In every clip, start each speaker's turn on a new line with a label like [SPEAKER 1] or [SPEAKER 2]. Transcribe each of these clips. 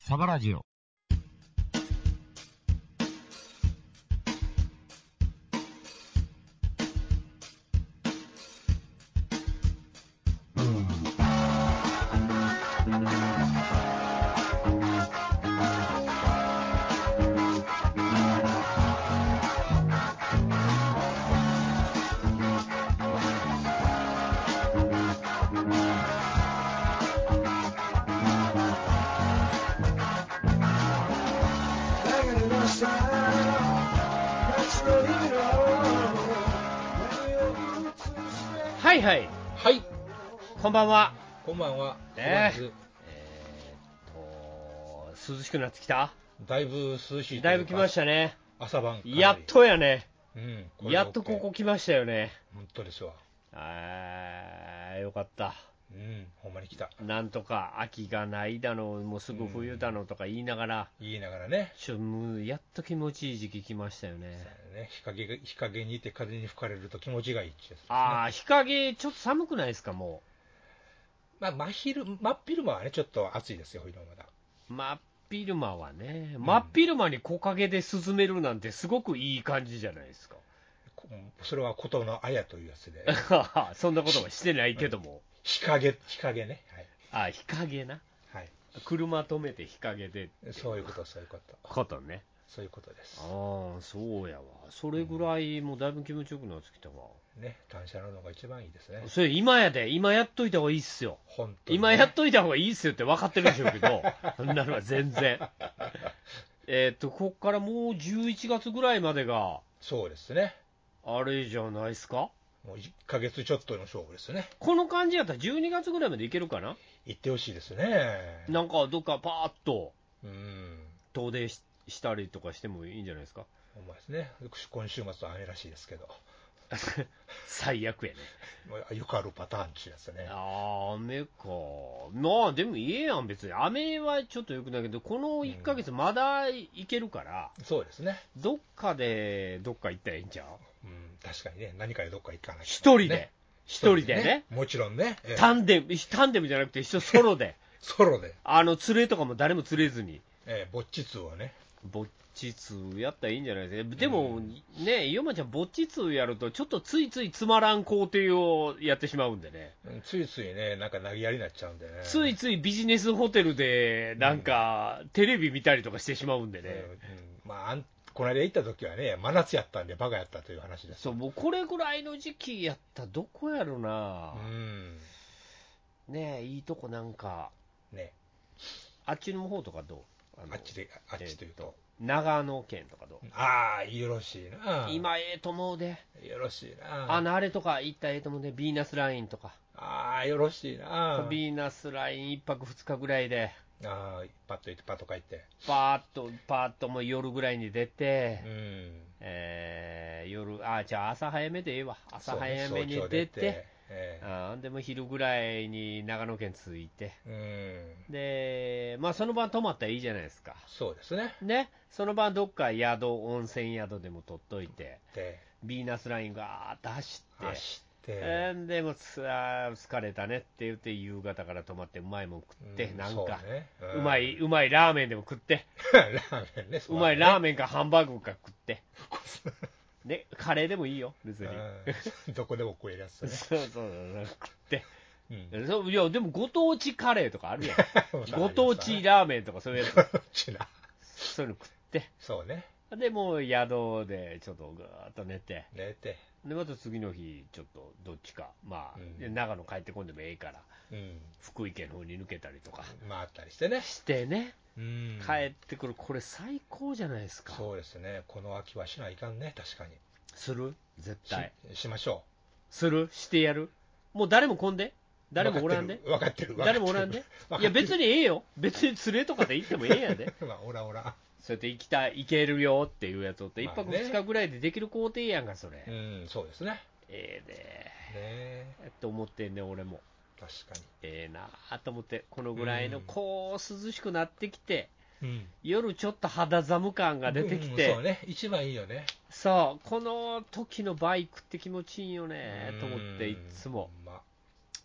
[SPEAKER 1] サバラジオ。
[SPEAKER 2] はいはい、
[SPEAKER 3] はい、
[SPEAKER 2] こんばんは。
[SPEAKER 3] こんばんは。
[SPEAKER 2] ねえ
[SPEAKER 3] そうなんで
[SPEAKER 2] えー、っと、涼しくなってきた
[SPEAKER 3] すだいぶ涼しい。。
[SPEAKER 2] だいぶ来ましたたね。
[SPEAKER 3] 朝晩かなり
[SPEAKER 2] やっ。とやね。
[SPEAKER 3] うん。れで
[SPEAKER 2] やっとこ
[SPEAKER 3] OK
[SPEAKER 2] こ。来ましたよね。
[SPEAKER 3] 本当ですわ。
[SPEAKER 2] あー、よかった。
[SPEAKER 3] うん。ほんまに来た。
[SPEAKER 2] なんとか秋がないだの、もうすぐ冬だのとか言いながら、
[SPEAKER 3] 言いながらね。
[SPEAKER 2] ちょもうやっと気持ちいい時期来ましたよね。
[SPEAKER 3] ね日陰が日陰にいて風に吹かれると気持ちがいいってやつですね
[SPEAKER 2] あー、日陰、ちょっと寒くないですか、も
[SPEAKER 3] まあ、真昼、真っ昼間はね、ちょっと暑いですよ、昼間まだ。
[SPEAKER 2] う。真っ昼間はね、真っ昼間に木陰で涼めるなんて、すごくいい感じじゃないですか。。
[SPEAKER 3] こそれはことのあやというやつで
[SPEAKER 2] そんなことはしてないけども。
[SPEAKER 3] 日陰、日陰ね。
[SPEAKER 2] あ、日陰な。
[SPEAKER 3] はい。
[SPEAKER 2] 車止めて日陰で
[SPEAKER 3] はい。そういうこと、そういうこと。
[SPEAKER 2] ことね。
[SPEAKER 3] そういうことです。
[SPEAKER 2] ああ、そうやわ。それぐらい、もうだいぶ気持ちよくなってきたわ。
[SPEAKER 3] ね。単車ののが一番いいですね。
[SPEAKER 2] それ今やで、今やっといた方がいいっすよ。
[SPEAKER 3] 本当にね
[SPEAKER 2] 今やっといた方がいいっすよって分かってるでしょうけど、そんなのは全然。えーっと、こっからもう11月ぐらいまでが、
[SPEAKER 3] そうですね。
[SPEAKER 2] あれじゃないですか
[SPEAKER 3] もう1ヶ月ちょっとの勝負ですね。
[SPEAKER 2] この感じやったら12月ぐらいまでいけるかな
[SPEAKER 3] 行ってほしいですね。
[SPEAKER 2] なんかどっかパーッと
[SPEAKER 3] うん。
[SPEAKER 2] 遠出ししたりとかしてもいいんじゃないですか
[SPEAKER 3] ほんまですね。今週末は雨らしいですけど。
[SPEAKER 2] 最悪やね。
[SPEAKER 3] まあよくあるパターンっていうやつね。
[SPEAKER 2] あー雨か。まあでもいえやん、別に。雨はちょっと良くないけど、この1ヶ月まだいけるから、
[SPEAKER 3] そうですね。
[SPEAKER 2] どっかで、どっか行ったらいいんじゃん
[SPEAKER 3] うん。確かにね。何かでどっか行かなきゃ、ね。
[SPEAKER 2] 一人で。一人でね。
[SPEAKER 3] もちろんね。ええ
[SPEAKER 2] タンデム、タンデムじゃなくて一緒ソロで。
[SPEAKER 3] ソロで。
[SPEAKER 2] あの、連れとかも誰も連れずに。
[SPEAKER 3] ええ、ぼっち通をね。
[SPEAKER 2] ぼっち通やったらいいんじゃないですか。でも、ね、ヨマちゃんぼっち通やると、ちょっとついついつまらん工程をやってしまうんでね。
[SPEAKER 3] うんついついね、なんか投げやりになっちゃうんでね。
[SPEAKER 2] ついついビジネスホテルで、なんか、テレビ見たりとかしてしまうんで
[SPEAKER 3] うん、
[SPEAKER 2] ね。
[SPEAKER 3] うんまああん、この間行った時はね、真夏やったんでバカやったという話です。
[SPEAKER 2] そう、もうこれぐらいの時期やったらどこやろな
[SPEAKER 3] う、ん。
[SPEAKER 2] ねえ、いいとこなんか、
[SPEAKER 3] ね。
[SPEAKER 2] あっちの方とかどうあの
[SPEAKER 3] あっちで、あっちというと。
[SPEAKER 2] 長野県とかどう、
[SPEAKER 3] ああ、よろしいな。。
[SPEAKER 2] 今ええと思うで、
[SPEAKER 3] よろしいな。
[SPEAKER 2] あのあれとか行ったらええと思うで、ヴィーナスラインとか、
[SPEAKER 3] ああ、よろしいな。
[SPEAKER 2] ヴィーナスライン1泊2日ぐらいで、
[SPEAKER 3] ああ、パッと行って、パッと帰って。
[SPEAKER 2] パーっと、パーっともう夜ぐらいに出て、
[SPEAKER 3] うん。
[SPEAKER 2] えー夜、あ、じゃあ朝早めでええわ、朝早めに
[SPEAKER 3] そうね早朝
[SPEAKER 2] 出
[SPEAKER 3] 出
[SPEAKER 2] て
[SPEAKER 3] て。ええ
[SPEAKER 2] あーでも昼ぐらいに長野県着いて、
[SPEAKER 3] うん。
[SPEAKER 2] で、まあその晩泊まったらいいじゃないですか。
[SPEAKER 3] そうですね。
[SPEAKER 2] ね、その晩どっか宿、温泉宿でも取っといて、
[SPEAKER 3] で、
[SPEAKER 2] ヴィーナスラインがーっと走って、
[SPEAKER 3] 走って。
[SPEAKER 2] えーでもつあー疲れたねって言って夕方から泊まってうまいもん食って、
[SPEAKER 3] うん
[SPEAKER 2] なん
[SPEAKER 3] そう
[SPEAKER 2] か、
[SPEAKER 3] ね
[SPEAKER 2] うまい、。うまいラーメンでも食って、
[SPEAKER 3] んラーメンね。
[SPEAKER 2] うまいラー
[SPEAKER 3] メ
[SPEAKER 2] メンかハンバーグか食って、
[SPEAKER 3] ン。
[SPEAKER 2] ね、カレーでもいいよ、別に。
[SPEAKER 3] うんどこでも食えるやつ
[SPEAKER 2] そう
[SPEAKER 3] ね。
[SPEAKER 2] そうそう、食って。
[SPEAKER 3] うん
[SPEAKER 2] そういや、でもご当地カレーとかあ るやん。 ご当地
[SPEAKER 3] だ。
[SPEAKER 2] ラーメンとかそういうやつ、
[SPEAKER 3] ご当地な。
[SPEAKER 2] そういうの食って、
[SPEAKER 3] そうね。
[SPEAKER 2] で、もう宿でちょっとぐーっと寝て、
[SPEAKER 3] 寝て。
[SPEAKER 2] で、また次の日、ちょっとどっちか、まあ、
[SPEAKER 3] うん
[SPEAKER 2] で長野帰ってこんでもええから、
[SPEAKER 3] うん。
[SPEAKER 2] 福井県の方に抜けたりとか
[SPEAKER 3] 回ったりしてね。
[SPEAKER 2] してね、
[SPEAKER 3] うん。
[SPEAKER 2] 帰ってくる、これ最高じゃないですか。
[SPEAKER 3] そうですね。この秋はしないかんね。確かに。
[SPEAKER 2] する絶対。
[SPEAKER 3] ししましょ
[SPEAKER 2] するしてやるもう誰も来んで
[SPEAKER 3] う。
[SPEAKER 2] 誰もおらんで
[SPEAKER 3] 分かってる。分かってる
[SPEAKER 2] 誰もおらんで
[SPEAKER 3] 分かってる
[SPEAKER 2] いや、別にええよ。別に連れとかで行ってもええ やで。
[SPEAKER 3] まあ、おらおら。
[SPEAKER 2] そうやって行きたい、行けるよっていうやつをって、一
[SPEAKER 3] まあね
[SPEAKER 2] 泊二日ぐらいでできる工程やんか、それ。
[SPEAKER 3] うん、そうですね。
[SPEAKER 2] ええ
[SPEAKER 3] ねえ
[SPEAKER 2] でと思ってんね、俺も。
[SPEAKER 3] 確か
[SPEAKER 2] ええなあと思って、このぐらいの、こう、涼しくなってきて、
[SPEAKER 3] に。うん。
[SPEAKER 2] 夜ちょっと肌寒感が出てきて、
[SPEAKER 3] うんそうね。一番いいよね。
[SPEAKER 2] そう、この時のバイクって気持ちいいよね、と思って、いつも
[SPEAKER 3] うん。まあ、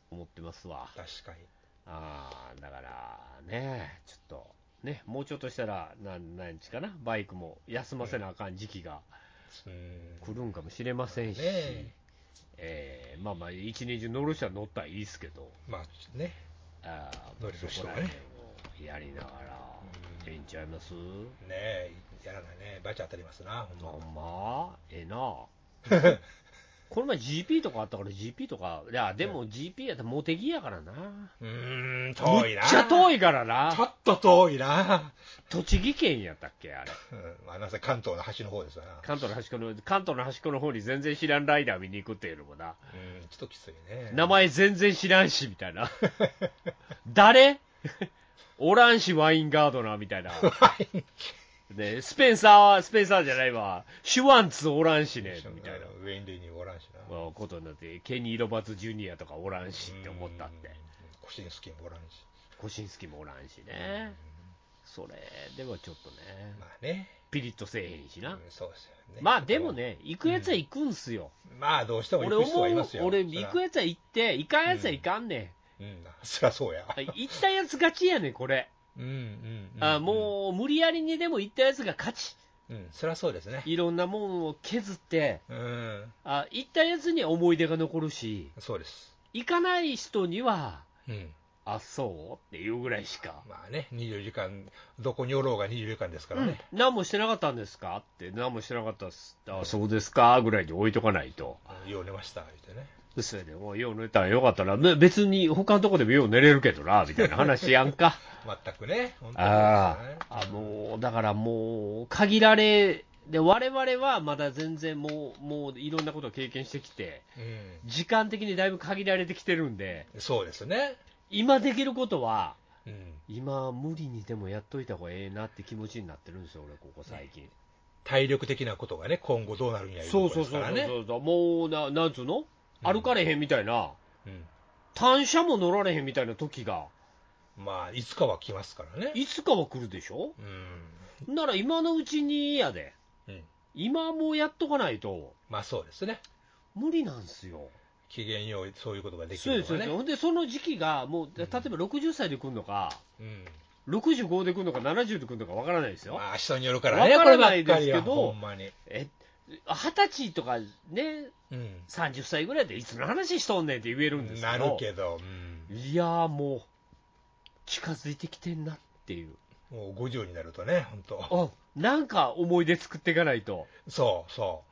[SPEAKER 2] 思ってますわ。
[SPEAKER 3] 確かに。
[SPEAKER 2] ああ、だからね、ちょっと、ね、もうちょっとしたら、なん何日かな、バイクも休ませなあかん時期が
[SPEAKER 3] うん
[SPEAKER 2] 来るんかもしれませんし、
[SPEAKER 3] ね
[SPEAKER 2] えーまあまあ、一年中乗る人は乗ったらいいですけど、
[SPEAKER 3] まあね、
[SPEAKER 2] あー
[SPEAKER 3] 乗り越し
[SPEAKER 2] そ
[SPEAKER 3] と
[SPEAKER 2] こ
[SPEAKER 3] からね
[SPEAKER 2] 辺をやりなが
[SPEAKER 3] うん
[SPEAKER 2] ら、ええんちゃいます
[SPEAKER 3] ねえ、やらないね、バチ当たりますな、
[SPEAKER 2] ま
[SPEAKER 3] ほんま。
[SPEAKER 2] んまええな この前 GP とかあったから GP とか、いや、でも GP やったらモテギやからな。
[SPEAKER 3] うーん、遠
[SPEAKER 2] め
[SPEAKER 3] い
[SPEAKER 2] っ
[SPEAKER 3] な。
[SPEAKER 2] ちゃ遠
[SPEAKER 3] い。
[SPEAKER 2] いから
[SPEAKER 3] ちょ
[SPEAKER 2] な。
[SPEAKER 3] っと遠いな。
[SPEAKER 2] 栃木県やったっけ、あれ。
[SPEAKER 3] うん、まあ、なんせ関東の端の方ですわな。
[SPEAKER 2] 関東の端っこの、関東の端っこの方に全然知らんライダー見に行くっていうのもな。
[SPEAKER 3] うん、ちょっときついね。
[SPEAKER 2] 名前全然知らんし、みたいな。 誰 おらんし、ワインガードナーみたいな。
[SPEAKER 3] はい。
[SPEAKER 2] ね、スペンサー、スペンサーじゃないわ。シュワンツおらんしね、みたいな。
[SPEAKER 3] ウェイン・リーにおらんしな。
[SPEAKER 2] まあことになって、ケニー・ロバーツ・ジュニアとかおらんしって思ったって
[SPEAKER 3] うん。。コシンスキーもおらんし。
[SPEAKER 2] コシンスキーもおらんしね。それではちょっとね、
[SPEAKER 3] まあね。
[SPEAKER 2] ピリッとせえへんし
[SPEAKER 3] う
[SPEAKER 2] な。
[SPEAKER 3] んそうですよね。
[SPEAKER 2] まあでも。ね、行くやつは行くんすよ。
[SPEAKER 3] まあ、どうしても行
[SPEAKER 2] 俺
[SPEAKER 3] く人
[SPEAKER 2] 思
[SPEAKER 3] はいま
[SPEAKER 2] う
[SPEAKER 3] す、よ。
[SPEAKER 2] 俺行く
[SPEAKER 3] や
[SPEAKER 2] やつは行って、行かんやつは行かんねん。
[SPEAKER 3] うん、そりゃそうや。
[SPEAKER 2] はい行ったやつ勝ちやねん、これ。
[SPEAKER 3] うん、うん。うん
[SPEAKER 2] あもう無理やりにでも行ったやつが勝ち、
[SPEAKER 3] うん。うん、そりゃそうですね。
[SPEAKER 2] いろんなもんを削って、
[SPEAKER 3] うん、
[SPEAKER 2] あ行ったやつに思い出が残るし、
[SPEAKER 3] そうです。
[SPEAKER 2] 行かない人には、
[SPEAKER 3] うん。
[SPEAKER 2] あそうっていうぐらいしか、
[SPEAKER 3] まあね、24時間、どこにおろうが24時間ですからね。
[SPEAKER 2] 何もしてなかったんですかって、何もしてなかったっす、あそうですかぐらいに置いとかないと、
[SPEAKER 3] よう寝ました、言ってね。
[SPEAKER 2] それでもう、よう寝たらよかったな、ね別に他のとこでもよう寝れるけどなみたいな話やん か。
[SPEAKER 3] 全くね、本当に
[SPEAKER 2] あ
[SPEAKER 3] ね
[SPEAKER 2] あ、あもう、だからもう、限られ、で、我々はまだ全然もう、もういろんなことを経験してきて、
[SPEAKER 3] う
[SPEAKER 2] 時間的にだいぶ限られてきてるんで、
[SPEAKER 3] ん、そうですね。
[SPEAKER 2] 今できることは、
[SPEAKER 3] うん。
[SPEAKER 2] 今無理にでもやっといた方がええなって気持ちになってるんですよ、俺、ここ最近。
[SPEAKER 3] 体力的なことがね、今後どうなるんやいう
[SPEAKER 2] そう
[SPEAKER 3] こ
[SPEAKER 2] そう
[SPEAKER 3] とです
[SPEAKER 2] そ
[SPEAKER 3] か
[SPEAKER 2] う
[SPEAKER 3] ら
[SPEAKER 2] そう
[SPEAKER 3] ね。
[SPEAKER 2] そうそう、もうな、なんつうの歩かれへんみたいな、
[SPEAKER 3] うん
[SPEAKER 2] 単車も乗られへんみたいな時が、
[SPEAKER 3] まあ、いつかは来ますからね。
[SPEAKER 2] いつかは来るでしょ
[SPEAKER 3] うん。
[SPEAKER 2] なら今のうちにやで、
[SPEAKER 3] うん。
[SPEAKER 2] 今もうやっとかないと、
[SPEAKER 3] まあそうですね。
[SPEAKER 2] 無理なんですよ。
[SPEAKER 3] 機嫌よい、そういうことができ
[SPEAKER 2] そう
[SPEAKER 3] る
[SPEAKER 2] で
[SPEAKER 3] の
[SPEAKER 2] すよ
[SPEAKER 3] がね。
[SPEAKER 2] ほんで、その時期が、もう、例えば60歳で来るのか、
[SPEAKER 3] うん。
[SPEAKER 2] 65で来るのか、70で来るのかわからないですよ。
[SPEAKER 3] まあ、人によるからね、
[SPEAKER 2] わか
[SPEAKER 3] こ
[SPEAKER 2] ら
[SPEAKER 3] れ
[SPEAKER 2] な
[SPEAKER 3] ば
[SPEAKER 2] い
[SPEAKER 3] っ
[SPEAKER 2] で
[SPEAKER 3] か
[SPEAKER 2] す
[SPEAKER 3] り
[SPEAKER 2] けど
[SPEAKER 3] は、ほんまに。
[SPEAKER 2] え、20歳とかね、
[SPEAKER 3] うん。
[SPEAKER 2] 30歳ぐらいでいつの話しとんねんって言えるんです
[SPEAKER 3] な
[SPEAKER 2] け
[SPEAKER 3] る
[SPEAKER 2] ど、
[SPEAKER 3] けど、うん。
[SPEAKER 2] いやーもう、近づいてきてんなっていう。
[SPEAKER 3] もう50になるとね、本当。
[SPEAKER 2] あ、なんか思い出作っていかないと
[SPEAKER 3] そう、そ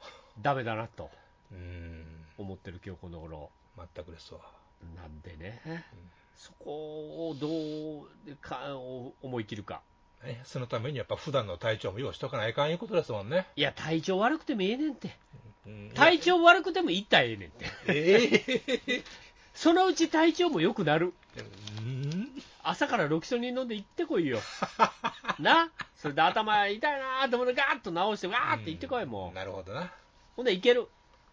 [SPEAKER 2] ダメだなと
[SPEAKER 3] う。うん。
[SPEAKER 2] 思ってる今日この頃。
[SPEAKER 3] 全くですわ。
[SPEAKER 2] なんでね、そこをどうかお思い切るか。
[SPEAKER 3] ね、そのためにやっぱ普段の体調も用意しとかないかんいうことですもんね。
[SPEAKER 2] いや、体調悪くてもええねんって。
[SPEAKER 3] うん
[SPEAKER 2] 体調悪くても行ったらええねんって。
[SPEAKER 3] え え
[SPEAKER 2] そのうち体調も良くなる。
[SPEAKER 3] うん
[SPEAKER 2] 朝からロキソニン飲んで行ってこい よ。なそれで頭痛いなーと思ってガーッと治して、わーって行ってこいもう。
[SPEAKER 3] なるほどな。
[SPEAKER 2] ほんで行ける。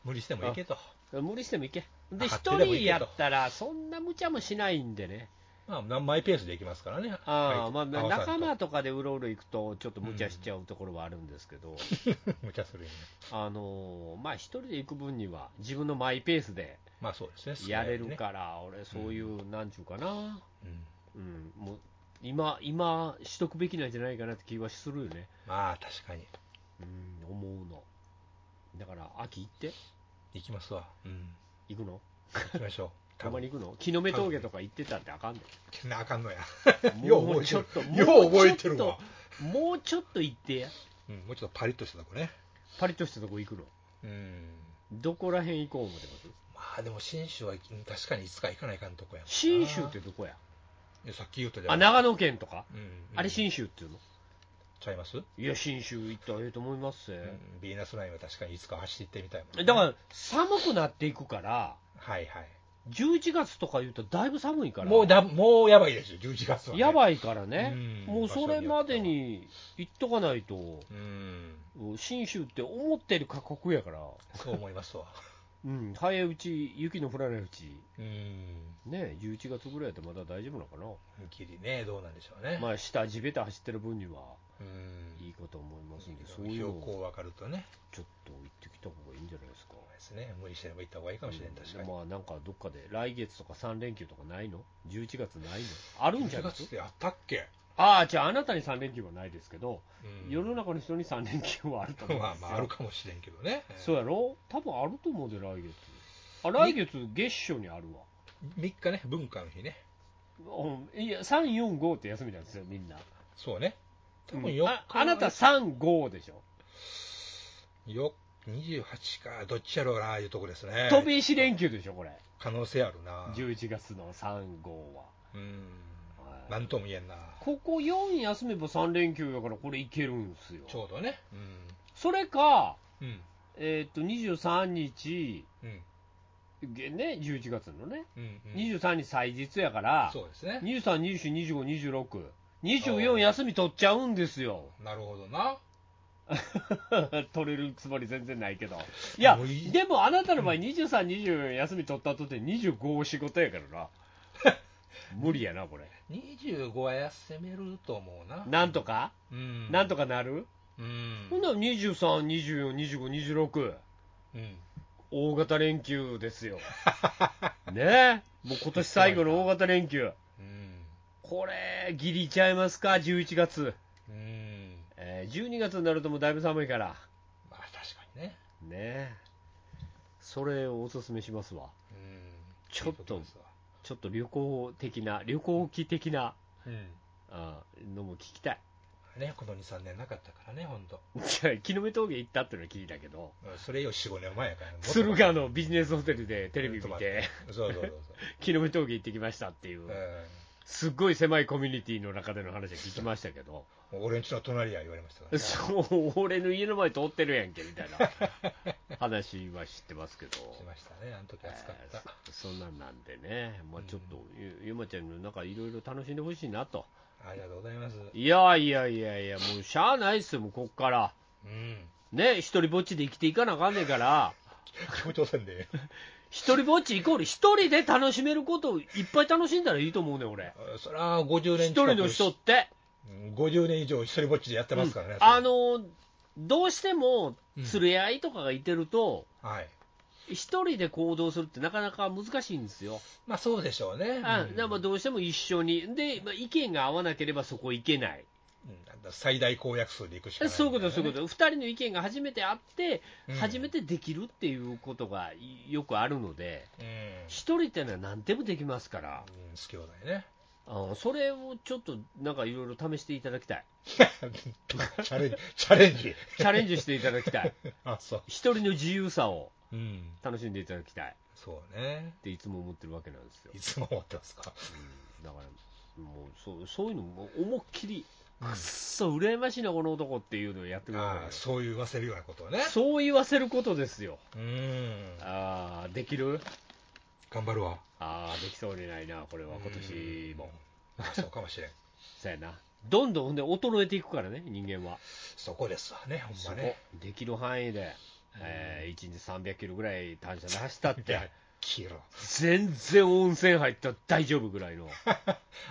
[SPEAKER 3] 無理してもいけと。
[SPEAKER 2] 無理しても行け。で、
[SPEAKER 3] 張
[SPEAKER 2] 一
[SPEAKER 3] ってでも行けと
[SPEAKER 2] 人やったら、そんな無茶もしないんでね。
[SPEAKER 3] まあ、マイペースでいきますからね。
[SPEAKER 2] ああ、まあ、
[SPEAKER 3] 合わさんと
[SPEAKER 2] 仲間とかでうろうろ行くと、ちょっと無茶しちゃうところはあるんですけ ど、
[SPEAKER 3] 無茶するよね。
[SPEAKER 2] あのーまあ、一人で行く分には、自分のマイペースで
[SPEAKER 3] まあそうですね。
[SPEAKER 2] やれる
[SPEAKER 3] 少ないよ
[SPEAKER 2] から、俺、そういう、なんちゅうかな。
[SPEAKER 3] うにね。うん
[SPEAKER 2] うん、もう今、今、しとくべきなんじゃないかなって気はするよね、
[SPEAKER 3] まあ確かに。
[SPEAKER 2] うん、思うの。だから、秋行って、
[SPEAKER 3] 行きますわ。うん。
[SPEAKER 2] 行くの
[SPEAKER 3] 行きましょう。
[SPEAKER 2] たまに行くの木の目峠とか行ってたってあかんね
[SPEAKER 3] 多分。なあかんのや。
[SPEAKER 2] ん。
[SPEAKER 3] よう
[SPEAKER 2] もう
[SPEAKER 3] 覚えて
[SPEAKER 2] ちょっ
[SPEAKER 3] る
[SPEAKER 2] と、。
[SPEAKER 3] よう覚えてるわ。
[SPEAKER 2] もうちょっと行ってや、
[SPEAKER 3] うん、もうちょっとパリッとしたとこね。
[SPEAKER 2] パリッとしたとこ行くの。
[SPEAKER 3] うん。
[SPEAKER 2] どこらへん行こう思ってます
[SPEAKER 3] まあでも、信州は確かにいつか行かないかんとこやもんな。
[SPEAKER 2] 信州ってどこや
[SPEAKER 3] いやさっき言ったじゃ
[SPEAKER 2] あ、
[SPEAKER 3] ん。
[SPEAKER 2] 長野県とか
[SPEAKER 3] うん、うん
[SPEAKER 2] あれ信州っていうの
[SPEAKER 3] ちゃいます、
[SPEAKER 2] いや、信州行ったらええと思いますぜ
[SPEAKER 3] うんビーナスラインは確かにいつか走ってみたいもんね、
[SPEAKER 2] だから、寒くなっていくから、
[SPEAKER 3] はいはい。
[SPEAKER 2] 11月とか言うとだいぶ寒いから。
[SPEAKER 3] もうだ、もうやばいですよ、11月は、ね。
[SPEAKER 2] やばいからね、
[SPEAKER 3] うん
[SPEAKER 2] もうそれまでに行っとかないと、
[SPEAKER 3] うん。
[SPEAKER 2] 信州って思ってる過酷やから、
[SPEAKER 3] そう思いますわ。
[SPEAKER 2] うん、早いうち、雪の降らないうち、
[SPEAKER 3] うん。
[SPEAKER 2] ね、11月ぐらいだとまだ大丈夫なのかな、
[SPEAKER 3] ギリね、どうなんでしょうね。
[SPEAKER 2] まあ、下、地べた走ってる分には
[SPEAKER 3] うん。
[SPEAKER 2] いいかと思いますんで、そう
[SPEAKER 3] 標
[SPEAKER 2] いうの
[SPEAKER 3] 高分かるとね、
[SPEAKER 2] ちょっと行ってきた方がいいんじゃないですか。
[SPEAKER 3] ですね、無理してれば行った方がいいかもしれない、確かに。
[SPEAKER 2] まあなんかどっかで来月とか3連休とかないの ?11 月ないのあるんじゃ
[SPEAKER 3] 11
[SPEAKER 2] ない
[SPEAKER 3] 月ってあったっけ
[SPEAKER 2] ああ、じゃああなたに3連休はないですけど、
[SPEAKER 3] うん
[SPEAKER 2] 世の中の人に3連休はあると思うん
[SPEAKER 3] まあ
[SPEAKER 2] ですよ。
[SPEAKER 3] まああるかもしれんけどね、
[SPEAKER 2] そうやろ多分あると思うで、来月。あ、来月月初にあるわ。
[SPEAKER 3] 3日ね、文化の日ね、
[SPEAKER 2] うんいや、3、4、5って休みなんですよ、みんな。
[SPEAKER 3] そうね、多分
[SPEAKER 2] うん
[SPEAKER 3] 4日
[SPEAKER 2] ああなた3、5でしょ。
[SPEAKER 3] よ28か、どっちやろうな、いうとこですね、
[SPEAKER 2] 飛び石連休でしょ、これ。
[SPEAKER 3] 可能性あるな、
[SPEAKER 2] 11月の3、5は。
[SPEAKER 3] うん、
[SPEAKER 2] はい
[SPEAKER 3] なんとも言えんな、
[SPEAKER 2] ここ4休めば3連休やから、これいけるんすよ
[SPEAKER 3] ち。ょうどね、うん、
[SPEAKER 2] それか、
[SPEAKER 3] うん、
[SPEAKER 2] えーっと、23日、
[SPEAKER 3] うん、
[SPEAKER 2] げね、11月のね、
[SPEAKER 3] うん、うん、
[SPEAKER 2] 23日祭日やから、
[SPEAKER 3] そうですね、
[SPEAKER 2] 23、24、25、26、24休み取っちゃうんですよ。
[SPEAKER 3] なるほどな、
[SPEAKER 2] 取れるつもり全然ないけど。いや
[SPEAKER 3] もうい、い
[SPEAKER 2] でもあなたの場合、23、24休み取った後で25仕事やからな。 無理やな、これ。
[SPEAKER 3] 25は休めると思うな、
[SPEAKER 2] なんとか、
[SPEAKER 3] うん、
[SPEAKER 2] なんとかなる、
[SPEAKER 3] うん、
[SPEAKER 2] ほんなら23、24、25、26。
[SPEAKER 3] うん、
[SPEAKER 2] 大型連休です よ。ねえ。もう今年最後の大型連休。
[SPEAKER 3] うん、
[SPEAKER 2] これ、ギリちゃいますか、11月。
[SPEAKER 3] うん、
[SPEAKER 2] えー12月になるともうだいぶ寒いから。
[SPEAKER 3] まあ確かにね、
[SPEAKER 2] ねえ。それをおすすめしますわ。
[SPEAKER 3] うん、
[SPEAKER 2] ちょっと
[SPEAKER 3] いいこですわ
[SPEAKER 2] ちょっと旅行的な、旅行機的な、
[SPEAKER 3] うん、
[SPEAKER 2] あーのも聞きたい。
[SPEAKER 3] ね、この2、3年なかったからね、本当。
[SPEAKER 2] じゃあ、木の目峠行ったっていうのは聞いたけ ど、
[SPEAKER 3] それよ、4、5年前やから。
[SPEAKER 2] 駿河のビジネスホテルでテレビ見
[SPEAKER 3] ちょっと
[SPEAKER 2] て、
[SPEAKER 3] そうそうそう
[SPEAKER 2] 木の目峠行ってきましたっていう
[SPEAKER 3] そう。、
[SPEAKER 2] すっごい狭いコミュニティの中での話は聞きましたけど、
[SPEAKER 3] うん。もう俺んちの隣や言われましたから、ね。
[SPEAKER 2] そう、俺の家の前通ってるやんけ、みたいな話は知ってますけど。
[SPEAKER 3] しましたね、あの時暑かっ
[SPEAKER 2] え
[SPEAKER 3] た。
[SPEAKER 2] ーそそんなんなんでね、まあ、ちょっと、ゆゆまちゃんのなんかいろいろ楽しんでほしいなと、
[SPEAKER 3] ありがとうございます。
[SPEAKER 2] いやいやいやいや、もうしゃあないっすよ、もうこっから、
[SPEAKER 3] うん。
[SPEAKER 2] ね、一人ぼっちで生きていかなあかんねんから、
[SPEAKER 3] 協調戦で。
[SPEAKER 2] 一人ぼっちイコール、一人で楽しめることをいっぱい楽しんだらいいと思うねん、俺、
[SPEAKER 3] あそら、50
[SPEAKER 2] 一
[SPEAKER 3] 年近く
[SPEAKER 2] 人の人って、
[SPEAKER 3] うん50年以上一人ぼっちでやってますからね。
[SPEAKER 2] うんあ、のどうしても釣り合いとかがいてると、
[SPEAKER 3] はい。
[SPEAKER 2] 一人で行動するってなかなか難しいんですよ。
[SPEAKER 3] まあそうでしょうね。うん
[SPEAKER 2] あだからまあどうしても一緒に、で、まあ、意見が合わなければそこ行けない、
[SPEAKER 3] うんだから最大公約数でいくしかない。
[SPEAKER 2] そういうこと、そういう
[SPEAKER 3] と。
[SPEAKER 2] こと、2人の意見が初めてあって、
[SPEAKER 3] うん
[SPEAKER 2] 初めてできるっていうことがいよくあるので、
[SPEAKER 3] うん。うん
[SPEAKER 2] 1人ってのは何でもできますから、
[SPEAKER 3] 好き放題 ね。
[SPEAKER 2] あそれをちょっとなんかいろいろ試していただきたい、
[SPEAKER 3] チャレンジ。チャレンジ。
[SPEAKER 2] チャレンジしていただきた い、
[SPEAKER 3] あ、そう。
[SPEAKER 2] 1人の自由さを
[SPEAKER 3] うん。
[SPEAKER 2] 楽しんでいただきたいっ
[SPEAKER 3] そうね。
[SPEAKER 2] ていつも思ってるわけなんですよ
[SPEAKER 3] い。つも思ってますか。
[SPEAKER 2] だからもうそうそういうのも思いっきり、くっそ、羨ましいな、この男っていうのをやってくだ
[SPEAKER 3] あ
[SPEAKER 2] さ
[SPEAKER 3] あ
[SPEAKER 2] い。
[SPEAKER 3] そう言わせるようなことをね
[SPEAKER 2] そう言わせることですよ。
[SPEAKER 3] うん
[SPEAKER 2] ああ、できる
[SPEAKER 3] 頑張るわ
[SPEAKER 2] ああ、できそうにないな、これは今年も。
[SPEAKER 3] あそうかもしれん
[SPEAKER 2] そうやな。どんどんほんで衰えていくからね、人間は。
[SPEAKER 3] そこですわねほ
[SPEAKER 2] そ
[SPEAKER 3] ん
[SPEAKER 2] こ
[SPEAKER 3] まね、
[SPEAKER 2] できる範囲で、えー、1日300キロぐらい単車で走ったっ
[SPEAKER 3] いや
[SPEAKER 2] て、
[SPEAKER 3] 消えろ
[SPEAKER 2] 全然温泉入ったら大丈夫ぐら いの。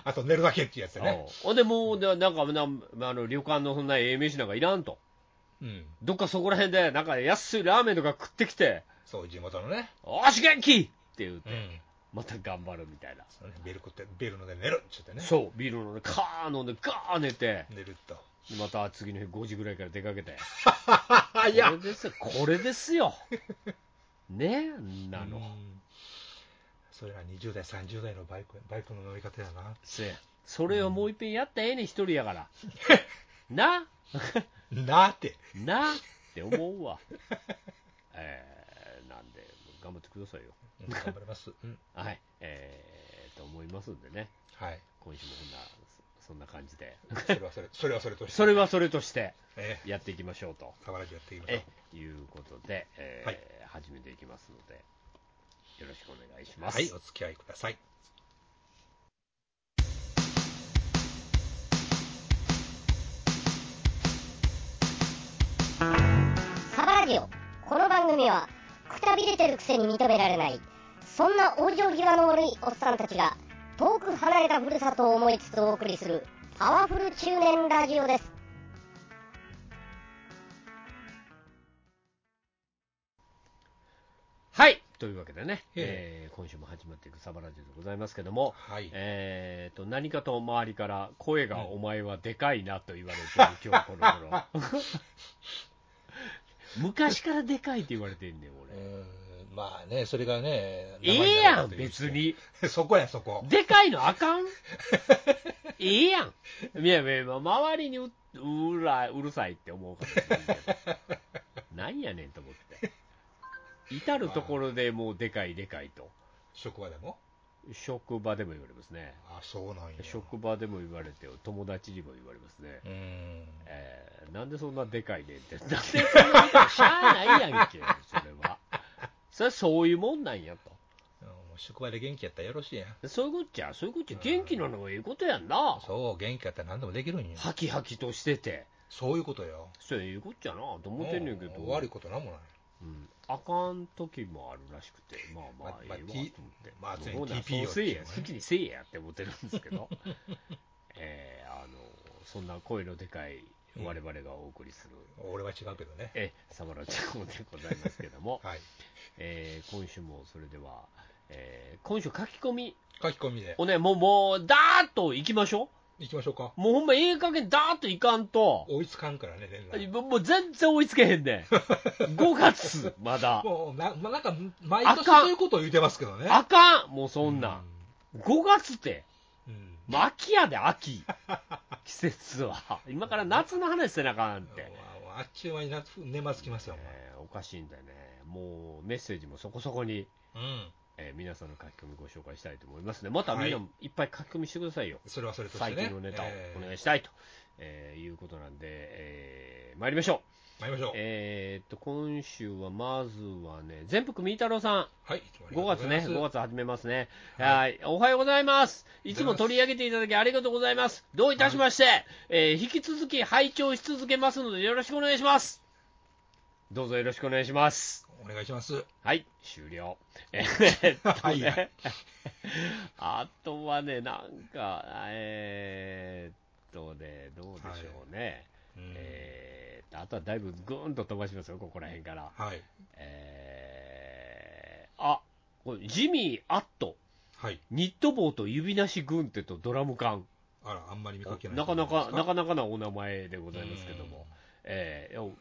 [SPEAKER 3] あと寝るだけってやつね
[SPEAKER 2] おうほんで、もう、ななんかな、まああの旅館のそんなええ飯なんかいらんと。
[SPEAKER 3] うん
[SPEAKER 2] どっかそこら辺で、なんか安いラーメンとか食ってきて、
[SPEAKER 3] そう地元のね
[SPEAKER 2] おし、元気って言う
[SPEAKER 3] う
[SPEAKER 2] て、
[SPEAKER 3] ん
[SPEAKER 2] また頑張るみたいな。
[SPEAKER 3] そのねベル食ってベル飲んで寝るっつってね
[SPEAKER 2] そう、ビール飲んで、カー飲んで、ガー寝て、
[SPEAKER 3] 寝ると
[SPEAKER 2] でまた次の日5時ぐらいから出かけて。
[SPEAKER 3] いや
[SPEAKER 2] これですよ、これですよ。ねえ、なの。
[SPEAKER 3] うんそれが20代30代のバイクバイクの乗り方やな
[SPEAKER 2] せやそれをもう一遍やったらええねん、一人やから。な、
[SPEAKER 3] なーって
[SPEAKER 2] なって思うわ。 えー、なんで、頑張ってくださいよ。
[SPEAKER 3] うん頑張りますうん
[SPEAKER 2] はい、えー、と思いますんでね、
[SPEAKER 3] はい
[SPEAKER 2] 今週もこんな、そそんな感じで、
[SPEAKER 3] それはそれそれはそれとして
[SPEAKER 2] それはそれとして
[SPEAKER 3] ええ
[SPEAKER 2] やっていきましょうと。
[SPEAKER 3] 変わらずやっていきましょ
[SPEAKER 2] え
[SPEAKER 3] う
[SPEAKER 2] いうことで、えー
[SPEAKER 3] はい
[SPEAKER 2] 始めていきますので、よろしくお願いします。
[SPEAKER 3] はいお付き合いください
[SPEAKER 1] サバラジオこの番組はくたびれてるくせに認められないそんな往生際の悪いおっさんたちが遠く離れたふるさとを思いつつお送りするパワフル中年ラジオです
[SPEAKER 2] はい、というわけでね、え
[SPEAKER 3] え
[SPEAKER 2] ー今週も始まっていくサバラジオでございますけども、
[SPEAKER 3] はい。
[SPEAKER 2] えー、と何かと周りから声がお前はでかいなと言われてる、今日この頃昔からでかいって言われてんねん
[SPEAKER 3] う
[SPEAKER 2] 俺
[SPEAKER 3] ーんまあね、それがね、
[SPEAKER 2] ええやん別。に
[SPEAKER 3] そこや、そこ。
[SPEAKER 2] でかいのあ かんええやんいやいやいや周りにううらうるさいって思うかもしれんけ どなんやねんと思って至る所でもうでかいでかいと
[SPEAKER 3] 職場でも
[SPEAKER 2] 職場でも言われますね
[SPEAKER 3] あ、そうなんや。
[SPEAKER 2] 職場でも言われて友達にも言われますね
[SPEAKER 3] うーん。
[SPEAKER 2] えーなんでそんなでかいねんって、なんでそんなでかいしゃあないやんけ、それは。それはそういうもんなんや
[SPEAKER 3] うんもう職場で元気やったらよろしいやん。
[SPEAKER 2] と。そういうこっちゃ、そういうこっちゃ、元気なのがいいことやんな。
[SPEAKER 3] そう、元気やったら何でもできるんや。
[SPEAKER 2] ハキハキとしてて、
[SPEAKER 3] そういうことよ。
[SPEAKER 2] そういうこっちゃなと思ってんねんけど、
[SPEAKER 3] うん悪いことなんもない。
[SPEAKER 2] うん、あかん時もあるらしくて、まあまあ、ええわと
[SPEAKER 3] まあまあ
[SPEAKER 2] 思っ
[SPEAKER 3] T-
[SPEAKER 2] て。
[SPEAKER 3] まあ常に
[SPEAKER 2] そうなん
[SPEAKER 3] TP
[SPEAKER 2] そうせいや
[SPEAKER 3] を、
[SPEAKER 2] 好きにせいやって思ってるんですけ ど、えーあの、そんな声のでかい我々がお送りする、
[SPEAKER 3] 俺は違うけどね。
[SPEAKER 2] えサバラチコでございますけども、
[SPEAKER 3] はい。
[SPEAKER 2] えー今週もそれでは、えー今週書き込み
[SPEAKER 3] 書き込みで。
[SPEAKER 2] をね、もう、もう、だーっと行きましょ
[SPEAKER 3] 行きましょうか。
[SPEAKER 2] う。もうほんま、ええ加減だーっと行かんと、
[SPEAKER 3] 追いつかんからね、連絡。
[SPEAKER 2] もうもう全然追いつけへんねん。5月、まだ。
[SPEAKER 3] もうな、ま、なんか、毎
[SPEAKER 2] あ
[SPEAKER 3] 年
[SPEAKER 2] かん
[SPEAKER 3] そういうことを言うてますけどね。
[SPEAKER 2] あかん、もうそんなん。5月って、
[SPEAKER 3] うん。うん。
[SPEAKER 2] もう秋やで、 秋。季節は。今から夏の話せなあかんって。
[SPEAKER 3] もうあっちゅう間に夏年末来ますよ、
[SPEAKER 2] えーおかしいんだよね。もう、メッセージもそこそこに、
[SPEAKER 3] お前うん。
[SPEAKER 2] えー皆さんの書き込みご紹介したいと思いますね。またみんないっぱい書き込みしてくださいよ。
[SPEAKER 3] それはそれとして
[SPEAKER 2] 最
[SPEAKER 3] ね。
[SPEAKER 2] 近のネタを
[SPEAKER 3] え
[SPEAKER 2] お
[SPEAKER 3] ー
[SPEAKER 2] 願いしたいと、えーいうことなんで、えー参りましょ
[SPEAKER 3] 参りましょ
[SPEAKER 2] う
[SPEAKER 3] う。。
[SPEAKER 2] えーっと、今週はまずはね、全福みーたろうさ
[SPEAKER 3] はい。い
[SPEAKER 2] ん、5月ね、5
[SPEAKER 3] 月。
[SPEAKER 2] 月始めますね。は、
[SPEAKER 3] はい
[SPEAKER 2] おはようございます。いつも
[SPEAKER 3] おはようござ
[SPEAKER 2] 取
[SPEAKER 3] います
[SPEAKER 2] り上げていただきありがとうございます。どういたしまして、えー引き続き拝聴し続けますのでよろしくお願いします。どうぞよろしくお願いします。
[SPEAKER 3] お願いします。
[SPEAKER 2] はい、終了。えーっと
[SPEAKER 3] はいは
[SPEAKER 2] ね
[SPEAKER 3] い、
[SPEAKER 2] あとはね、なんか、えーっとね、どうでしょうね、
[SPEAKER 3] うん
[SPEAKER 2] えーっとあとはだいぶぐーんと飛ばしますよ、ここら辺から。
[SPEAKER 3] はい。
[SPEAKER 2] えー、あこれジミー・アット、
[SPEAKER 3] はい。
[SPEAKER 2] ニット帽と指なし軍手とドラム缶、
[SPEAKER 3] あら、あんまり見かけない。
[SPEAKER 2] なかなか、な
[SPEAKER 3] か
[SPEAKER 2] かなかなお名前でございますけども、。えーい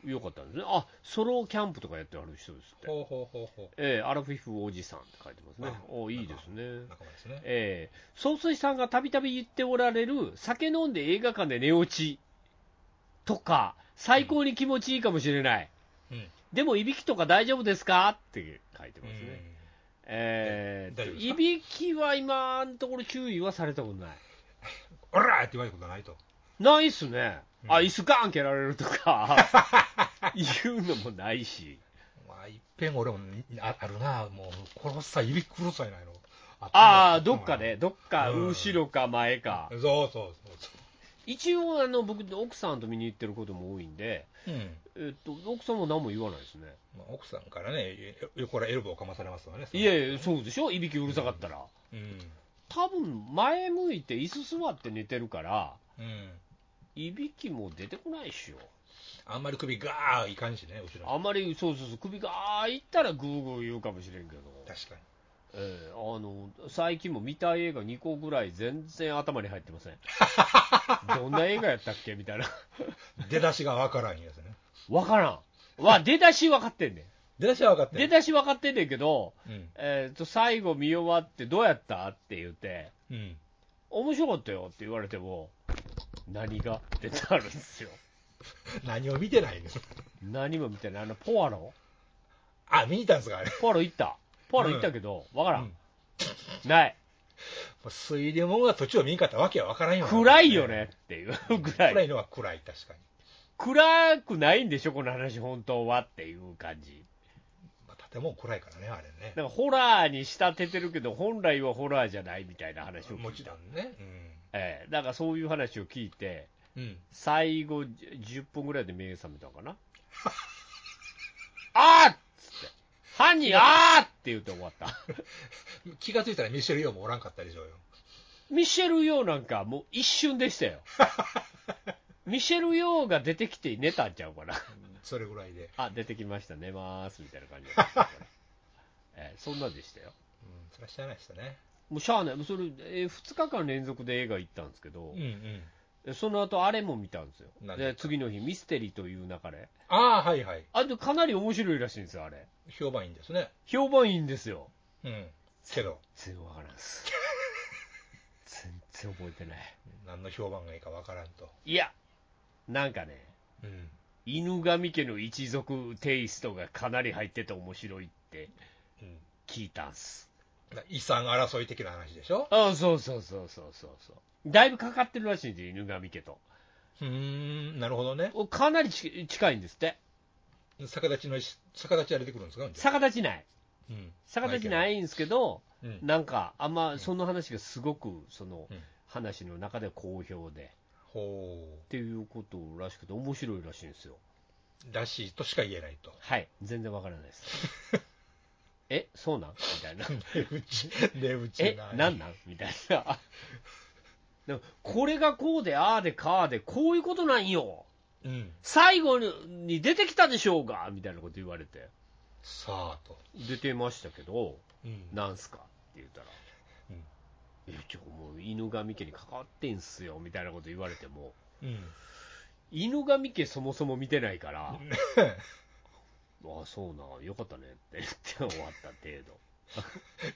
[SPEAKER 2] やよかったんですね、あソロキャンプとかやってある人ですって。
[SPEAKER 3] ほうほうほうほ
[SPEAKER 2] えーアラフィフおじさんって書いてますね
[SPEAKER 3] あ。
[SPEAKER 2] おいいですね
[SPEAKER 3] う。。仲間ですね。
[SPEAKER 2] えー、総帥さんがたびたび言っておられる、酒飲んで映画館で寝落ちとか、最高に気持ちいいかもしれない。
[SPEAKER 3] うん。
[SPEAKER 2] でも、いびきとか大丈夫ですかって書いてますね。
[SPEAKER 3] うん
[SPEAKER 2] えー
[SPEAKER 3] 大丈夫です
[SPEAKER 2] い
[SPEAKER 3] か
[SPEAKER 2] びきは今のところ注意はされたことない。
[SPEAKER 3] おらーって言われることないと。
[SPEAKER 2] ないっすね。あ、
[SPEAKER 3] うん
[SPEAKER 2] 椅子ガーン蹴られると か、言うのもないし。
[SPEAKER 3] まあ、いっぺん俺もああるな、もう、殺すさ、指殺すさいないの。
[SPEAKER 2] ああ、
[SPEAKER 3] った
[SPEAKER 2] ど
[SPEAKER 3] な
[SPEAKER 2] っかね、。どっか、
[SPEAKER 3] うん
[SPEAKER 2] 後ろか前か。
[SPEAKER 3] そうそうそうそ
[SPEAKER 2] 一応あの僕奥さんと見に行ってることも多いんで、
[SPEAKER 3] う。うん。
[SPEAKER 2] えっと、奥さんも何も言わないですね
[SPEAKER 3] まあ、奥さんからね、よ横からエルボーかまされますわね。
[SPEAKER 2] いやいやそうでしょいびきうるさかったら、
[SPEAKER 3] うん。
[SPEAKER 2] 多分前向いて椅子座って寝てるから
[SPEAKER 3] うん。
[SPEAKER 2] いびきも出てこないっしょ
[SPEAKER 3] あんまり首ガーいかんしね、後ろ
[SPEAKER 2] あんまりそうそうそう首がああいったらグーグー言うかもしれんけど、
[SPEAKER 3] に。確かに。
[SPEAKER 2] ええあの最近も見たい映画2個ぐらい全然頭に入ってませ んどんな映画やったっけみたいな
[SPEAKER 3] 出だしがわからんやつね。
[SPEAKER 2] 分からん わ出だし分かってんね
[SPEAKER 3] 出だしは分かっ
[SPEAKER 2] ん
[SPEAKER 3] て
[SPEAKER 2] 出
[SPEAKER 3] る。
[SPEAKER 2] だし分かってんねんけど
[SPEAKER 3] うん。
[SPEAKER 2] えー、と最後見終わって、どうやったって言って、
[SPEAKER 3] うん。
[SPEAKER 2] 面白かったよって言われても、何がってなるんですよ。
[SPEAKER 3] 何を見てないんです
[SPEAKER 2] 何も見てない。あの、ポアロ
[SPEAKER 3] あ、見に行ったんですか、あれ。も
[SPEAKER 2] ポアロ行った。ポアロ行ったけど、わからん。
[SPEAKER 3] うん
[SPEAKER 2] ない。
[SPEAKER 3] う推理物が途中を見んかったわけは分からんよね。
[SPEAKER 2] 暗いよねっていうぐら
[SPEAKER 3] 暗
[SPEAKER 2] い。
[SPEAKER 3] いのは暗い、確かに。
[SPEAKER 2] 暗くないんでしょ、この話、本当はっていう感じ。
[SPEAKER 3] まあ、建物暗いからね、あれね。
[SPEAKER 2] なんかホラーに仕立ててるけど、本来はホラーじゃないみたいな話を
[SPEAKER 3] も
[SPEAKER 2] 聞い
[SPEAKER 3] ち
[SPEAKER 2] た
[SPEAKER 3] ろ。んね。
[SPEAKER 2] えー、なんかそういう話を聞いて、
[SPEAKER 3] うん。うん。
[SPEAKER 2] 最後10分ぐらいで目覚めたのか なあーっつって犯人あーって言って終わった
[SPEAKER 3] 気がついたらミシェル・ヨーもおらんかったでしょうよ。
[SPEAKER 2] ミシェル・ヨーなんかもう一瞬でしたよ ミシェル・ヨーが出てきて寝たんちゃうかな
[SPEAKER 3] それぐらいで。
[SPEAKER 2] あ出てきました寝まーすみたいな感じだった、えはい、そんなでしたよ。
[SPEAKER 3] うん、それは知らないですよね。
[SPEAKER 2] もうしゃあない、もうそれ、え2日間連続で映画行ったんですけど
[SPEAKER 3] うん、うん。
[SPEAKER 2] えその後あれも見たんですよ。
[SPEAKER 3] 何
[SPEAKER 2] で、次の日、ミステリーという流れ。
[SPEAKER 3] ああ、はいはい。
[SPEAKER 2] あとかなり面白いらしいんですよ、あれ。
[SPEAKER 3] 評判いいんですね。
[SPEAKER 2] 評判いいんですよ。
[SPEAKER 3] うん。けど、
[SPEAKER 2] 全然わからんっ す。全然覚えてない。
[SPEAKER 3] 何の評判がいいかわからんと。
[SPEAKER 2] いや、なんかね、
[SPEAKER 3] うん。
[SPEAKER 2] 犬神家の一族テイストがかなり入ってて面白いって
[SPEAKER 3] うん、
[SPEAKER 2] 聞いたんす。
[SPEAKER 3] だ遺産争い的な話でしょ
[SPEAKER 2] ああ、そうそうそうそうそうそう。だいぶかかってるらしいんですよ、犬神家と。
[SPEAKER 3] うーん、なるほどね。
[SPEAKER 2] おかなりち近いんですって。
[SPEAKER 3] 逆立ちの、逆立ちは出てくるんですか
[SPEAKER 2] 逆立ちない。
[SPEAKER 3] うん。
[SPEAKER 2] 逆立ちないんですけど、
[SPEAKER 3] うん。
[SPEAKER 2] なんか、あんま、その話がすごく、その
[SPEAKER 3] うん、
[SPEAKER 2] 話の中で好評で、
[SPEAKER 3] ほ
[SPEAKER 2] っていうことらしくて、面白いらしいんですよ。
[SPEAKER 3] う。らしいとしか言えない と。
[SPEAKER 2] はい、全然わからない です。え、そうなんみたいな。
[SPEAKER 3] 出口、出口
[SPEAKER 2] え
[SPEAKER 3] ない。、
[SPEAKER 2] なんなんみたいな。 でもこれがこうで、ああで、かあで、こういうことなんよ。
[SPEAKER 3] うん。
[SPEAKER 2] 最後にに出てきたでしょうがみたいなこと言われて。
[SPEAKER 3] さあと。
[SPEAKER 2] 出てましたけど、
[SPEAKER 3] うん。
[SPEAKER 2] なんすかって言ったら、
[SPEAKER 3] うん
[SPEAKER 2] いや、ちょ、もう犬神家に関わってんすよ、みたいなこと言われても、
[SPEAKER 3] うん。
[SPEAKER 2] 犬神家そもそも見てないから、ああ、そうな、よかったねって言って終わった程度。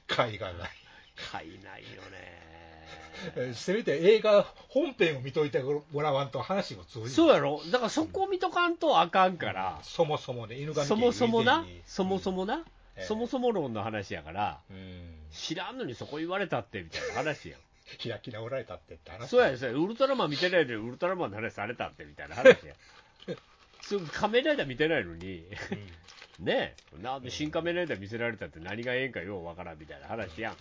[SPEAKER 3] 会がない。
[SPEAKER 2] 買いないよね。
[SPEAKER 3] えせめて映画本編を見といてもらわんと話も通じない
[SPEAKER 2] そうやろだからそこを見とかんとあかんから、
[SPEAKER 3] そもそもね、犬神家
[SPEAKER 2] そもそも
[SPEAKER 3] 以
[SPEAKER 2] な
[SPEAKER 3] 前に、
[SPEAKER 2] そもそ、もな、
[SPEAKER 3] ええ
[SPEAKER 2] そもそも論の話やから、
[SPEAKER 3] うん、
[SPEAKER 2] 知らんのにそこ言われたってみたいな話やん。
[SPEAKER 3] 開き直られたってって話。
[SPEAKER 2] そうやそうや、ウルトラマン見てないのにウルトラマンの話されたってみたいな話 や。そう仮面ライダー見てないのに、
[SPEAKER 3] うん
[SPEAKER 2] ねえ、なんで新仮面ライダー見せられたって何がええんかようわからんみたいな話やん。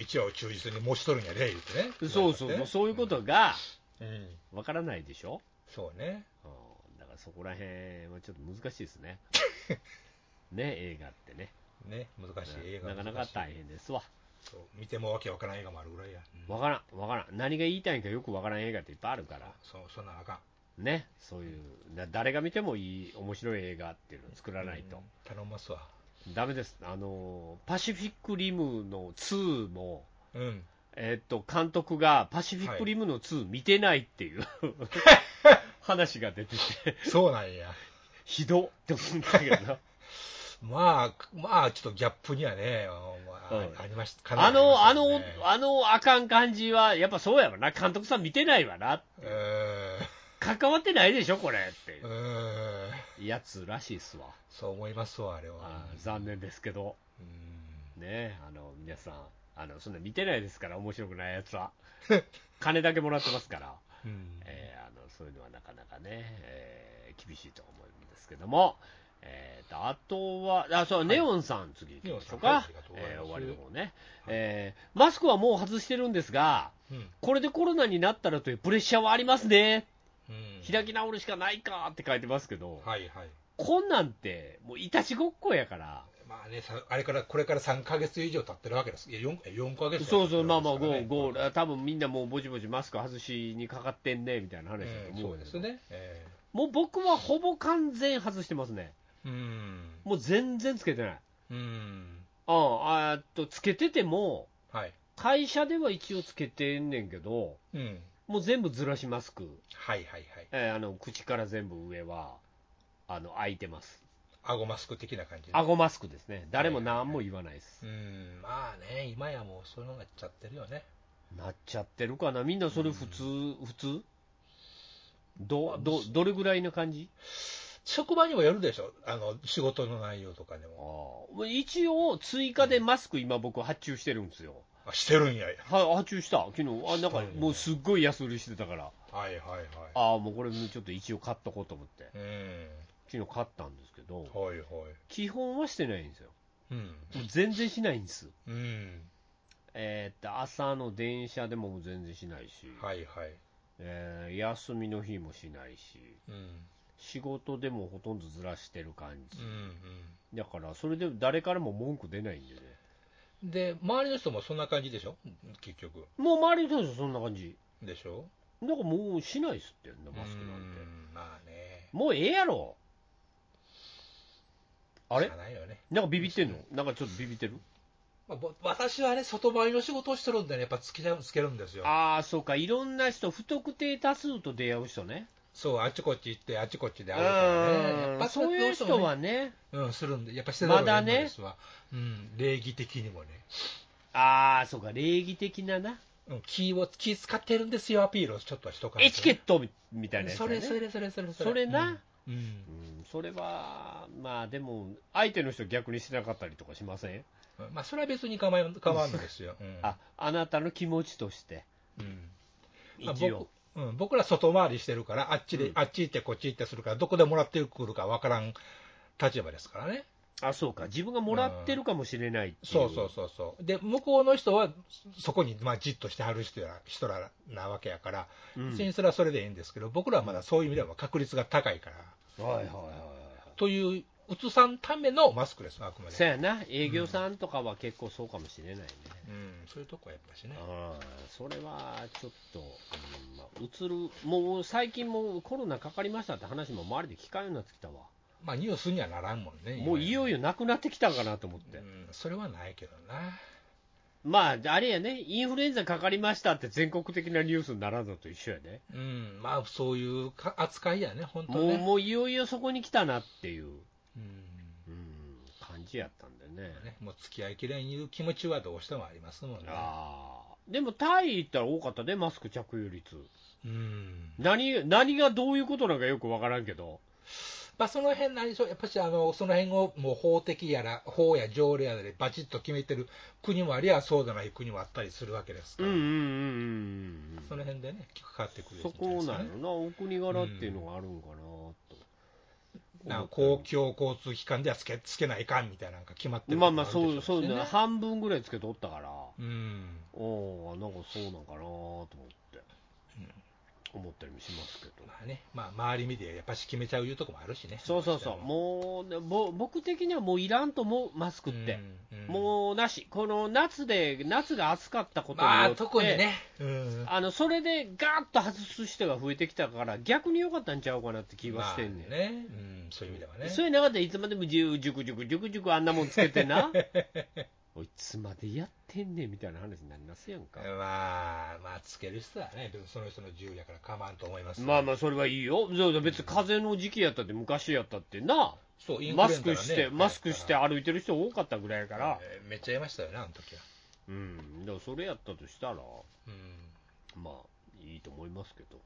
[SPEAKER 3] 一応忠実に申しとるんやで、言ってね。
[SPEAKER 2] そうそう、もうそういうことが
[SPEAKER 3] うん。
[SPEAKER 2] わからないでしょ。
[SPEAKER 3] そうね。
[SPEAKER 2] うんだからそこら辺はちょっと難しいです ね。ね映画ってね。
[SPEAKER 3] ね、難しい映画
[SPEAKER 2] なかなか大変ですわ。
[SPEAKER 3] そう見てもわけわからん映画もあるぐらいや。うん
[SPEAKER 2] わからん、わからん。何が言いたいんかよくわからん映画っていっぱいあるから。
[SPEAKER 3] そう、そんなんあかん。
[SPEAKER 2] ね、そういう、だ誰が見てもいい面白い映画っていうのを作らないと。
[SPEAKER 3] 頼んますわ。
[SPEAKER 2] ダメです。あの、パシフィックリムの2も、
[SPEAKER 3] うん。
[SPEAKER 2] えっと、監督がパシフィックリムの2見てないっていう、話が出てて、
[SPEAKER 3] そうなんや。
[SPEAKER 2] ひどって思うんだけど な。
[SPEAKER 3] まあ、まあ、ちょっとギャップにはね、あ
[SPEAKER 2] うん
[SPEAKER 3] ありました。かな
[SPEAKER 2] あ
[SPEAKER 3] りりま
[SPEAKER 2] の、
[SPEAKER 3] した
[SPEAKER 2] あ
[SPEAKER 3] ね
[SPEAKER 2] の、あの、あかん感じは、やっぱそうやろな。監督さん見てないわな。
[SPEAKER 3] うーん
[SPEAKER 2] 関わってないでしょ、これ。って
[SPEAKER 3] うーん
[SPEAKER 2] いうやつらしいっすわ。
[SPEAKER 3] そう思いますわ、あれは
[SPEAKER 2] あ。ー残念ですけど、
[SPEAKER 3] うん
[SPEAKER 2] ね、あの、皆さん、あの、そんな見てないですから、面白くないやつ は。金だけもらってますから。
[SPEAKER 3] うん
[SPEAKER 2] えーあのそういうのはなかなかね、えー厳しいと思うんですけども、えーとあとは、あそうネオンさん、次行きましょう
[SPEAKER 3] ネオン
[SPEAKER 2] か
[SPEAKER 3] さんはいありがとう、ございます
[SPEAKER 2] えー終わりの方ね、えーマスクはもう外してるんですが、
[SPEAKER 3] うん
[SPEAKER 2] これでコロナになったらというプレッシャーはありますね、
[SPEAKER 3] うん
[SPEAKER 2] 開き直るしかないかって書いてますけど、
[SPEAKER 3] はいはい。
[SPEAKER 2] こんなんって、もういたちごっこやから、
[SPEAKER 3] まあね、さあれから、これから3ヶ月以上経ってるわけです。いや、4, 4ヶ月
[SPEAKER 2] そうそう、まあまあ、
[SPEAKER 3] 経ってるわけ
[SPEAKER 2] 5、
[SPEAKER 3] ですからね
[SPEAKER 2] 5、多分みんなもうぼちぼちマスク外しにかかってんねみたいな話だと
[SPEAKER 3] うん
[SPEAKER 2] 思
[SPEAKER 3] そううん
[SPEAKER 2] だ
[SPEAKER 3] で
[SPEAKER 2] け
[SPEAKER 3] す
[SPEAKER 2] ど、
[SPEAKER 3] ね。え
[SPEAKER 2] もう僕はほぼ完全外してますね。
[SPEAKER 3] えうん。
[SPEAKER 2] もう全然つけてない。
[SPEAKER 3] うん。
[SPEAKER 2] ああ、あーっと、つけてても、
[SPEAKER 3] はい。
[SPEAKER 2] 会社では一応つけてんねんけど、
[SPEAKER 3] うん。
[SPEAKER 2] もう全部ずらしマスク。
[SPEAKER 3] はいはいはい。
[SPEAKER 2] えーあの、口から全部上は、あの、開いてます。
[SPEAKER 3] 顎マスク的な感じで。
[SPEAKER 2] 顎マスクですね。誰も何も言わないです。
[SPEAKER 3] うん。まあね、今やもうそういうのがっちゃってるよね。
[SPEAKER 2] なっちゃってるかなみんなそれ普通、普通ど、ど、どれぐらいな感じ
[SPEAKER 3] 職場にもよるでしょ。あの、仕事の内容とかで
[SPEAKER 2] あ
[SPEAKER 3] も。
[SPEAKER 2] あ一応、追加でマスク今僕発注してるんですよ。
[SPEAKER 3] あしてるんや。
[SPEAKER 2] は発注した昨日。あ、なんかもうすっごい安売りしてたから。
[SPEAKER 3] はいはいはい。
[SPEAKER 2] ああ、もうこれちょっと一応買っとこうと思って。
[SPEAKER 3] うん。
[SPEAKER 2] 昨日買ったんですけど、
[SPEAKER 3] はいはい。
[SPEAKER 2] 基本はしてないんですよ。
[SPEAKER 3] うん。
[SPEAKER 2] もう全然しないんです。
[SPEAKER 3] うん。
[SPEAKER 2] えーっと、朝の電車でももう全然しないし、
[SPEAKER 3] はいはい。
[SPEAKER 2] えー休みの日もしないし、
[SPEAKER 3] うん。
[SPEAKER 2] 仕事でもほとんどずらしてる感じ
[SPEAKER 3] うん。う。ん。
[SPEAKER 2] だから、それで誰からも文句出ないんでね。
[SPEAKER 3] で、周りの人もそんな感じでしょ結局。
[SPEAKER 2] もう周りの人たちはそんな感じ。
[SPEAKER 3] でしょ
[SPEAKER 2] なんかもうしないっすってんな、マスクなんて
[SPEAKER 3] う。んまあね。
[SPEAKER 2] もうええやろあれ
[SPEAKER 3] しゃあないよね。
[SPEAKER 2] なんかビビってんのなんかちょっとビビってる
[SPEAKER 3] まあぼ私はね、外回りの仕事をしてるんでね、やっぱつけちゃうつけるんですよ。
[SPEAKER 2] ああ、そうか、いろんな人、不特定多数と出会う人ね。
[SPEAKER 3] そう、あっちこっち行って、あっちこっちで
[SPEAKER 2] う
[SPEAKER 3] 会うからね。やっ
[SPEAKER 2] ん
[SPEAKER 3] ぱ
[SPEAKER 2] そういう人は
[SPEAKER 3] ね、
[SPEAKER 2] ね、
[SPEAKER 3] うん、するんで、やっぱしてた方
[SPEAKER 2] ま
[SPEAKER 3] が
[SPEAKER 2] だ
[SPEAKER 3] いいん
[SPEAKER 2] ね
[SPEAKER 3] ですわ。うん、礼儀的にもね。
[SPEAKER 2] ああ、そうか、礼儀的なな、
[SPEAKER 3] うん、気を、気使ってるんですよ、アピールをちょっとしとかない
[SPEAKER 2] エ
[SPEAKER 3] と
[SPEAKER 2] チ
[SPEAKER 3] ね
[SPEAKER 2] ケットみみたいなやつだ
[SPEAKER 3] そ
[SPEAKER 2] ね
[SPEAKER 3] れ、それ、それ、それ、
[SPEAKER 2] それな、
[SPEAKER 3] うん。うん
[SPEAKER 2] うんそれは、まあでも、相手の人逆にしてなかったりとかしません、
[SPEAKER 3] まあ、それは別に構わん構わんのですよ。うん
[SPEAKER 2] ああなたの気持ちとして、
[SPEAKER 3] うんまあ
[SPEAKER 2] 一応。
[SPEAKER 3] 僕うん、僕ら外回りしてるから、あっちで、
[SPEAKER 2] うん
[SPEAKER 3] あっち行ってこっち行ってするから、どこでもらってくるかわからん立場ですからね。
[SPEAKER 2] あそうか、自分がもらってるかもしれないっていう、
[SPEAKER 3] そうそうそうそう。で、向こうの人は、そこに、まあ、じっとしてはる人や人らなわけやから、
[SPEAKER 2] うん
[SPEAKER 3] 別にそれはそれでいいんですけど、僕らはまだそういう意味では確率が高いから、
[SPEAKER 2] はいはいはいはい、
[SPEAKER 3] という、うつさんためのマスクです、あくま
[SPEAKER 2] そ
[SPEAKER 3] で。
[SPEAKER 2] やな、営業さんとかは結構そうかもしれないね、
[SPEAKER 3] うん、そういうとこはやっぱしね。
[SPEAKER 2] あーそれはちょっと、うんまあ、映る、もう最近もうコロナかかりましたって話も周りで聞かんようになってきたわ、
[SPEAKER 3] まあ、ニュースにはならんもんね。
[SPEAKER 2] もういよい
[SPEAKER 3] よ。
[SPEAKER 2] よなくなってきたんかなと思っ
[SPEAKER 3] う
[SPEAKER 2] て、
[SPEAKER 3] ん、それはないけどな。
[SPEAKER 2] まあ、あれやね、インフルエンザかかりましたって全国的なニュースにならんのと一緒やね。
[SPEAKER 3] うん、まあ、そういうか扱いやね、本当
[SPEAKER 2] もう
[SPEAKER 3] ね。
[SPEAKER 2] もういよいよそこに来たなっていう、
[SPEAKER 3] うん
[SPEAKER 2] うん、感じやったんでね。
[SPEAKER 3] ね、もう付き合いきれんいう気持ちはどうしてもありますもんね。
[SPEAKER 2] あーでもタイ行ったら多かったね、マスク着用率。
[SPEAKER 3] うん。
[SPEAKER 2] 何何がどういうことなんかよくわからんけど、
[SPEAKER 3] まあ、その辺何しょ、やっぱしあの、その辺をもう法的やら、法や条例やらでバチッと決めてる国もありゃ、そうじゃない国もあったりするわけですか
[SPEAKER 2] うん
[SPEAKER 3] ら、
[SPEAKER 2] うんうん
[SPEAKER 3] そ
[SPEAKER 2] うん
[SPEAKER 3] の辺でね、かかってくる
[SPEAKER 2] そこ
[SPEAKER 3] じゃ
[SPEAKER 2] ないん
[SPEAKER 3] です
[SPEAKER 2] やろな、お国柄っていうのがあるんかなと。
[SPEAKER 3] かねなんか公共交通機関ではつけつけないかんみたいなのが決まってる
[SPEAKER 2] まあ
[SPEAKER 3] とこ
[SPEAKER 2] ま
[SPEAKER 3] も
[SPEAKER 2] あ、
[SPEAKER 3] るで
[SPEAKER 2] そうそ
[SPEAKER 3] しょ
[SPEAKER 2] う
[SPEAKER 3] し
[SPEAKER 2] ね、
[SPEAKER 3] ね
[SPEAKER 2] 半分ぐらいつけとったから、
[SPEAKER 3] うん。
[SPEAKER 2] おーなんかそうなんかなと思って、思ったりもしますけど。
[SPEAKER 3] まあね、まあ、周り見てやっぱし決めちゃういうとこもあるしね。
[SPEAKER 2] そうそうそう、もうね、ぼ僕的にはもういらんと思う、マスクって、
[SPEAKER 3] うんうん
[SPEAKER 2] もうなし、この夏で、夏が暑かったことによって、
[SPEAKER 3] まあ、特にね。うん。
[SPEAKER 2] あのそれでガーッと外す人が増えてきたから、逆に良かったんちゃうかなって気はしてんねん。
[SPEAKER 3] まあね。うん、そういう意味ではね。
[SPEAKER 2] そういう中でいつまでもじゅじゅくじゅくじゅくじゅくあんなもんつけてな おいいつまでやってんねんみたいな話になりますやんか、
[SPEAKER 3] まあ、まあ、つける人はね、でもその人の自由やから構わんと思いますよ、
[SPEAKER 2] まあまあそれはいいよそうそう別に風邪の時期やったって昔やったってな、
[SPEAKER 3] そう、インフ
[SPEAKER 2] マ
[SPEAKER 3] ルエ
[SPEAKER 2] ス
[SPEAKER 3] ンザがね
[SPEAKER 2] クしてマスクして歩いてる人多かったぐらいやから、
[SPEAKER 3] えーめっちゃいましたよね、あの時は。
[SPEAKER 2] うん、でもそれやったとしたら、
[SPEAKER 3] うん。
[SPEAKER 2] まあ、いいと思いますけど、